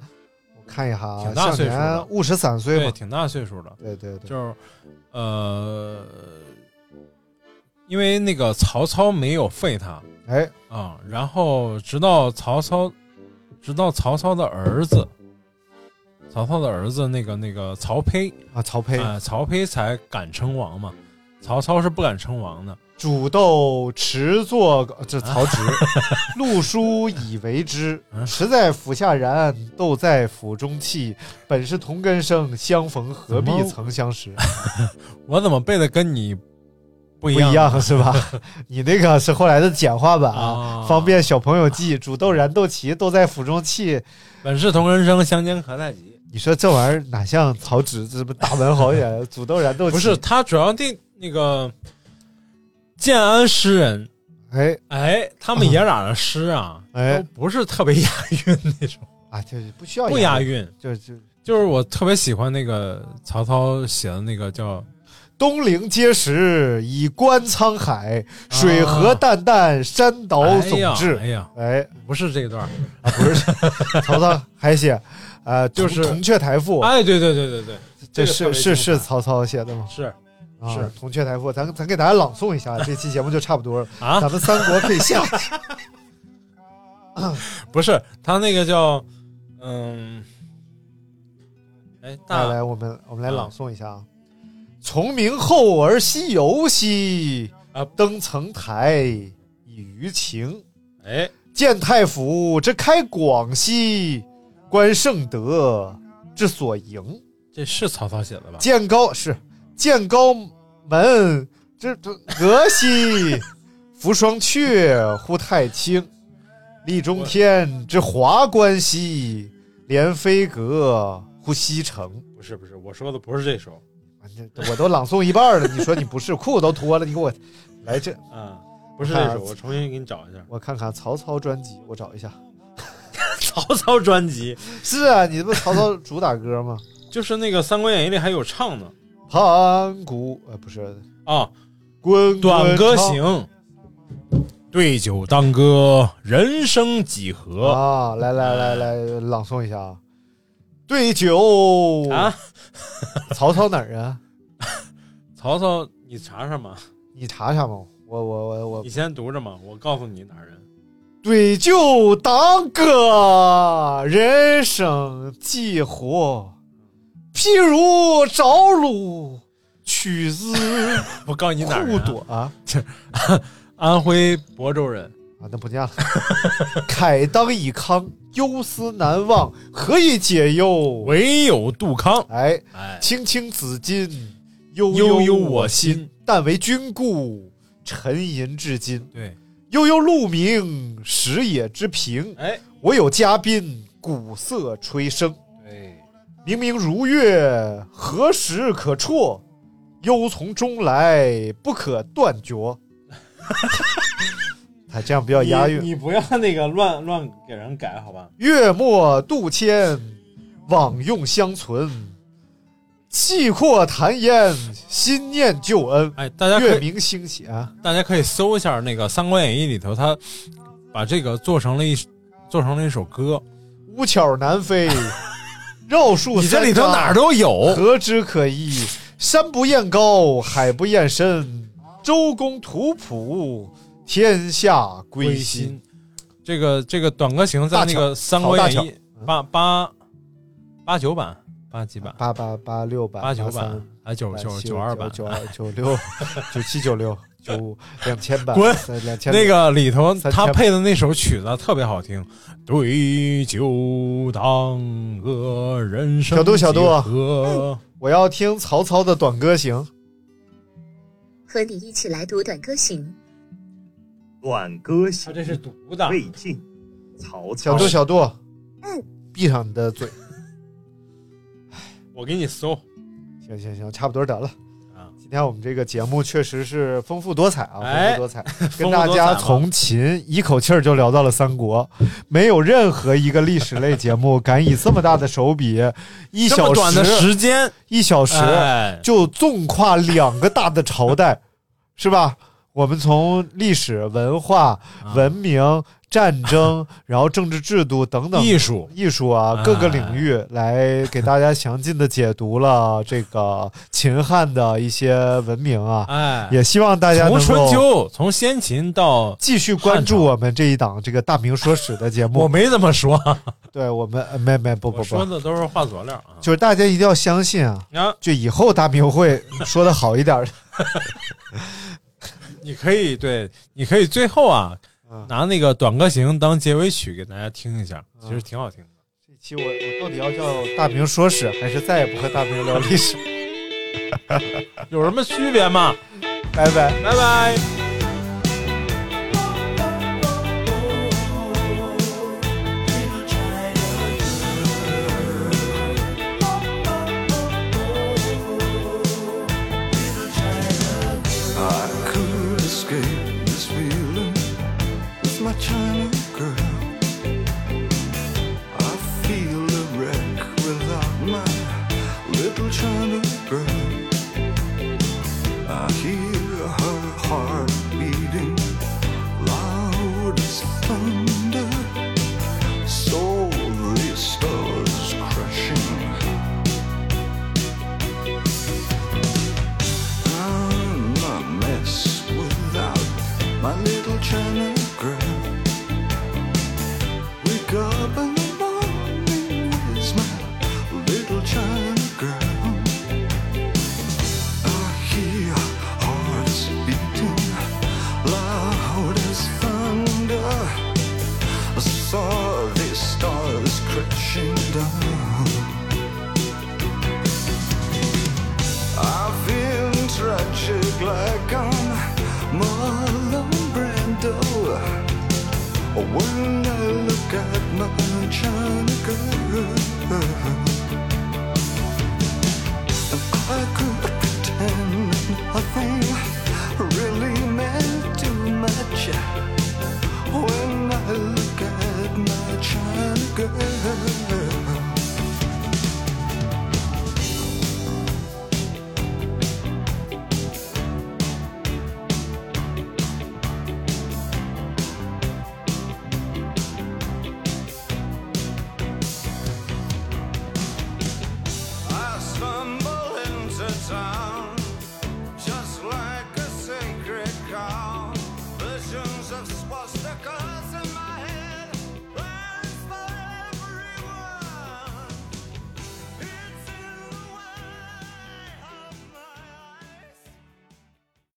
Speaker 2: 看一下啊，
Speaker 3: 啊挺大
Speaker 2: 享
Speaker 3: 岁数的
Speaker 2: 年五十三岁
Speaker 3: 对，
Speaker 2: 嘛。
Speaker 3: 挺大岁数的，
Speaker 2: 对对对。
Speaker 3: 就是呃，因为那个曹操没有废他啊、
Speaker 2: 哎，
Speaker 3: 嗯然后直到曹操，直到曹操的儿子，曹操的儿子那个那个曹丕，
Speaker 2: 啊，曹
Speaker 3: 啊、
Speaker 2: 丕、
Speaker 3: 曹丕才敢称王嘛，曹操是不敢称王的。
Speaker 2: 煮豆持作羹，这曹
Speaker 3: [LAUGHS]
Speaker 2: 植，陆书以为之，
Speaker 3: 嗯
Speaker 2: 实在釜下燃，豆在釜中泣。本是同根生，相逢何必
Speaker 3: 怎么
Speaker 2: 曾相识。
Speaker 3: 我怎么背的跟你不一
Speaker 2: 不
Speaker 3: 样
Speaker 2: 一样是
Speaker 3: [LAUGHS]
Speaker 2: 吧？你那个是后来的简化版
Speaker 3: 啊
Speaker 2: 方便小朋友记。煮豆燃豆萁，豆在釜中泣。
Speaker 3: 本是同根生，相煎何太急。
Speaker 2: 你说这玩意儿哪像曹植这不大文豪
Speaker 3: [LAUGHS]
Speaker 2: 写的煮豆燃豆萁？
Speaker 3: 不是，，他主要定那个建安诗人，
Speaker 2: 哎
Speaker 3: 哎，他们爷俩的诗啊，
Speaker 2: 哎
Speaker 3: 都不是特别押韵那种，
Speaker 2: 啊，就是不需要
Speaker 3: [LAUGHS] 不押，韵。
Speaker 2: 就就
Speaker 3: 就是我特别喜欢那个曹操写的那个叫
Speaker 2: 东临碣石，以观沧海，水何澹澹，山岛竦
Speaker 3: 啊哎呀，哎
Speaker 2: 峙。
Speaker 3: 呀
Speaker 2: 哎，
Speaker 3: 不是这段儿，
Speaker 2: 啊，不是曹操还写，呃，
Speaker 3: 就
Speaker 2: 铜
Speaker 3: 是
Speaker 2: 铜雀台赋，
Speaker 3: 哎，对对对对对，
Speaker 2: 这
Speaker 3: 个特
Speaker 2: 是
Speaker 3: 别
Speaker 2: 是
Speaker 3: 精
Speaker 2: 是
Speaker 3: 彩
Speaker 2: 曹操写的吗？
Speaker 3: 是
Speaker 2: 啊
Speaker 3: 是
Speaker 2: 铜雀台赋，咱咱给大家朗诵一下，这期节目就差不多了。
Speaker 3: 啊，
Speaker 2: 咱们三国可以
Speaker 3: [LAUGHS]
Speaker 2: 下，
Speaker 3: 不是他那个叫嗯，哎
Speaker 2: 来
Speaker 3: 大
Speaker 2: 来，我们我们来朗诵一下啊。从明后而西游兮，
Speaker 3: 啊
Speaker 2: 登层台以娱情。
Speaker 3: 哎
Speaker 2: 见太府之开广兮，观圣德之所盈。
Speaker 3: 这是曹操写的吧？
Speaker 2: 见高是见高门之之阁兮，扶双阙乎太清；立中天之华冠兮，连飞阁乎西城。
Speaker 3: 不是不是，我说的不是这首
Speaker 2: 啊这我都朗诵一半了，你说你不是裤子都脱了，你给我来这，
Speaker 3: 啊，不是
Speaker 2: 啊
Speaker 3: 这首，我重新给你找一下
Speaker 2: 我看看曹操专辑，我找一下。
Speaker 3: 曹操专辑，
Speaker 2: 是啊，你这不曹操主打歌吗？
Speaker 3: 就是那个《三国演义》里还有唱呢
Speaker 2: 盘古呃不是
Speaker 3: 啊，
Speaker 2: 滚滚
Speaker 3: 《短歌
Speaker 2: 长
Speaker 3: 行》。对酒当歌，人生几何
Speaker 2: 啊，来来来来，朗诵一下啊！对酒
Speaker 3: 啊？
Speaker 2: 曹操哪儿啊？
Speaker 3: 曹操，你查查嘛，
Speaker 2: 你查查嘛，我我我我
Speaker 3: 你，先读着嘛，我告诉你哪儿人。
Speaker 2: 对酒当歌，人生几何？譬如朝露，取自
Speaker 3: 我告诉你哪儿
Speaker 2: 酷
Speaker 3: 人、
Speaker 2: 朵啊
Speaker 3: 安徽亳州人。
Speaker 2: 啊，那不念
Speaker 3: [LAUGHS]
Speaker 2: 了。慨当以慷，忧思难忘，何以解忧？
Speaker 3: 唯有杜康。
Speaker 2: 哎，
Speaker 3: 哎，
Speaker 2: 青青子衿，悠
Speaker 3: 悠
Speaker 2: 悠
Speaker 3: 悠
Speaker 2: 我
Speaker 3: 我
Speaker 2: 心
Speaker 3: 心。
Speaker 2: 但为君故，沉吟至今。
Speaker 3: 对，
Speaker 2: 悠悠鹿鸣，食野之苹。
Speaker 3: 哎，
Speaker 2: 我有嘉宾，鼓瑟吹笙。
Speaker 3: 对，
Speaker 2: 明明如月，何时可辍？忧从中来，不可断绝。 [LAUGHS] 他这样比较押韵。
Speaker 3: 你不要那个乱乱给人改，好吧？
Speaker 2: 月末杜迁，往用相存。气阔谈烟，心念旧恩。
Speaker 3: 哎，大家可
Speaker 2: 月
Speaker 3: 以，
Speaker 2: 明星稀啊！
Speaker 3: 大家可以搜一下那个《三国演义》里头，他把这个做成了一做成了一首歌。
Speaker 2: 乌巧南飞，
Speaker 3: [LAUGHS]
Speaker 2: 绕树
Speaker 3: 你这
Speaker 2: 三
Speaker 3: 里头
Speaker 2: 匝
Speaker 3: 哪儿都有。
Speaker 2: 何之可依？山不厌高，海不厌深，周公吐哺，天下归心。，
Speaker 3: 这个这个《短歌行》在那个《三国演
Speaker 2: 大巧
Speaker 3: 义》八八八九版、八几版、
Speaker 2: 八八八六版、
Speaker 3: 八九
Speaker 2: 83
Speaker 3: 版、还九
Speaker 2: 版
Speaker 3: 九
Speaker 2: 七
Speaker 3: 九二版，
Speaker 2: 九二、九六、九七、九六、九五、两千版、
Speaker 3: 滚
Speaker 2: 三两千
Speaker 3: 那个里头
Speaker 2: 三千
Speaker 3: 他配的那首曲子特别好听，对酒当歌，人生
Speaker 2: 小度小度
Speaker 3: 几
Speaker 2: [LAUGHS]
Speaker 3: 何
Speaker 2: 我要听曹操的《短歌行》。
Speaker 4: 和你一起来读《短歌行》。
Speaker 7: 短歌行
Speaker 3: 他啊这是读的，
Speaker 7: 魏晋，曹
Speaker 2: 小
Speaker 7: 操
Speaker 2: 度，小度，
Speaker 3: 嗯
Speaker 2: 闭上你的嘴。
Speaker 3: 我给你搜
Speaker 2: 行行行，差不多得了。
Speaker 3: 啊，
Speaker 2: 今天我们这个节目确实是丰富多彩啊，丰
Speaker 3: 哎
Speaker 2: 富多彩，跟
Speaker 3: [LAUGHS] 丰富多
Speaker 2: 大
Speaker 3: 彩
Speaker 2: 家
Speaker 3: 嘛
Speaker 2: 从秦一口气儿就聊到了三国，没有任何一个历史类节目敢以这么大的手笔，一
Speaker 3: 这
Speaker 2: 小
Speaker 3: 么短的
Speaker 2: 时
Speaker 3: 时间，
Speaker 2: 一小时
Speaker 3: 哎
Speaker 2: 就纵跨两个大的朝代，是吧？我们从历史、文
Speaker 3: 啊
Speaker 2: 化、文明、战争，然后政治制度等等
Speaker 3: 艺术
Speaker 2: 艺术啊
Speaker 3: 哎
Speaker 2: 各个领域来给大家详尽的解读
Speaker 3: [LAUGHS]
Speaker 2: 了这个秦汉的一些文明啊，
Speaker 3: 哎，
Speaker 2: 也希望大家
Speaker 3: 从
Speaker 2: 能
Speaker 3: 春
Speaker 2: 够
Speaker 3: 秋从先秦到
Speaker 2: 继续关注我们这一档这个大明说史的节
Speaker 3: 我
Speaker 2: 目。
Speaker 3: 没这么说，
Speaker 2: [LAUGHS] 对我们呃没没不不
Speaker 3: 我说
Speaker 2: 不，
Speaker 3: 的都是话佐料啊。
Speaker 2: 就是大家一定要相信啊，
Speaker 3: 啊，
Speaker 2: 就以后大明会说的好一点儿。
Speaker 3: 你可以对，你可以最后啊
Speaker 2: 嗯，
Speaker 3: 拿那个《短歌行》当结尾曲给大家听一下，
Speaker 2: 嗯
Speaker 3: 其实挺好听的。
Speaker 2: 这期我我到底要叫大明说史，还是再也不和大明聊历史？
Speaker 3: 有什么区别吗？
Speaker 2: 拜拜。
Speaker 3: 拜拜。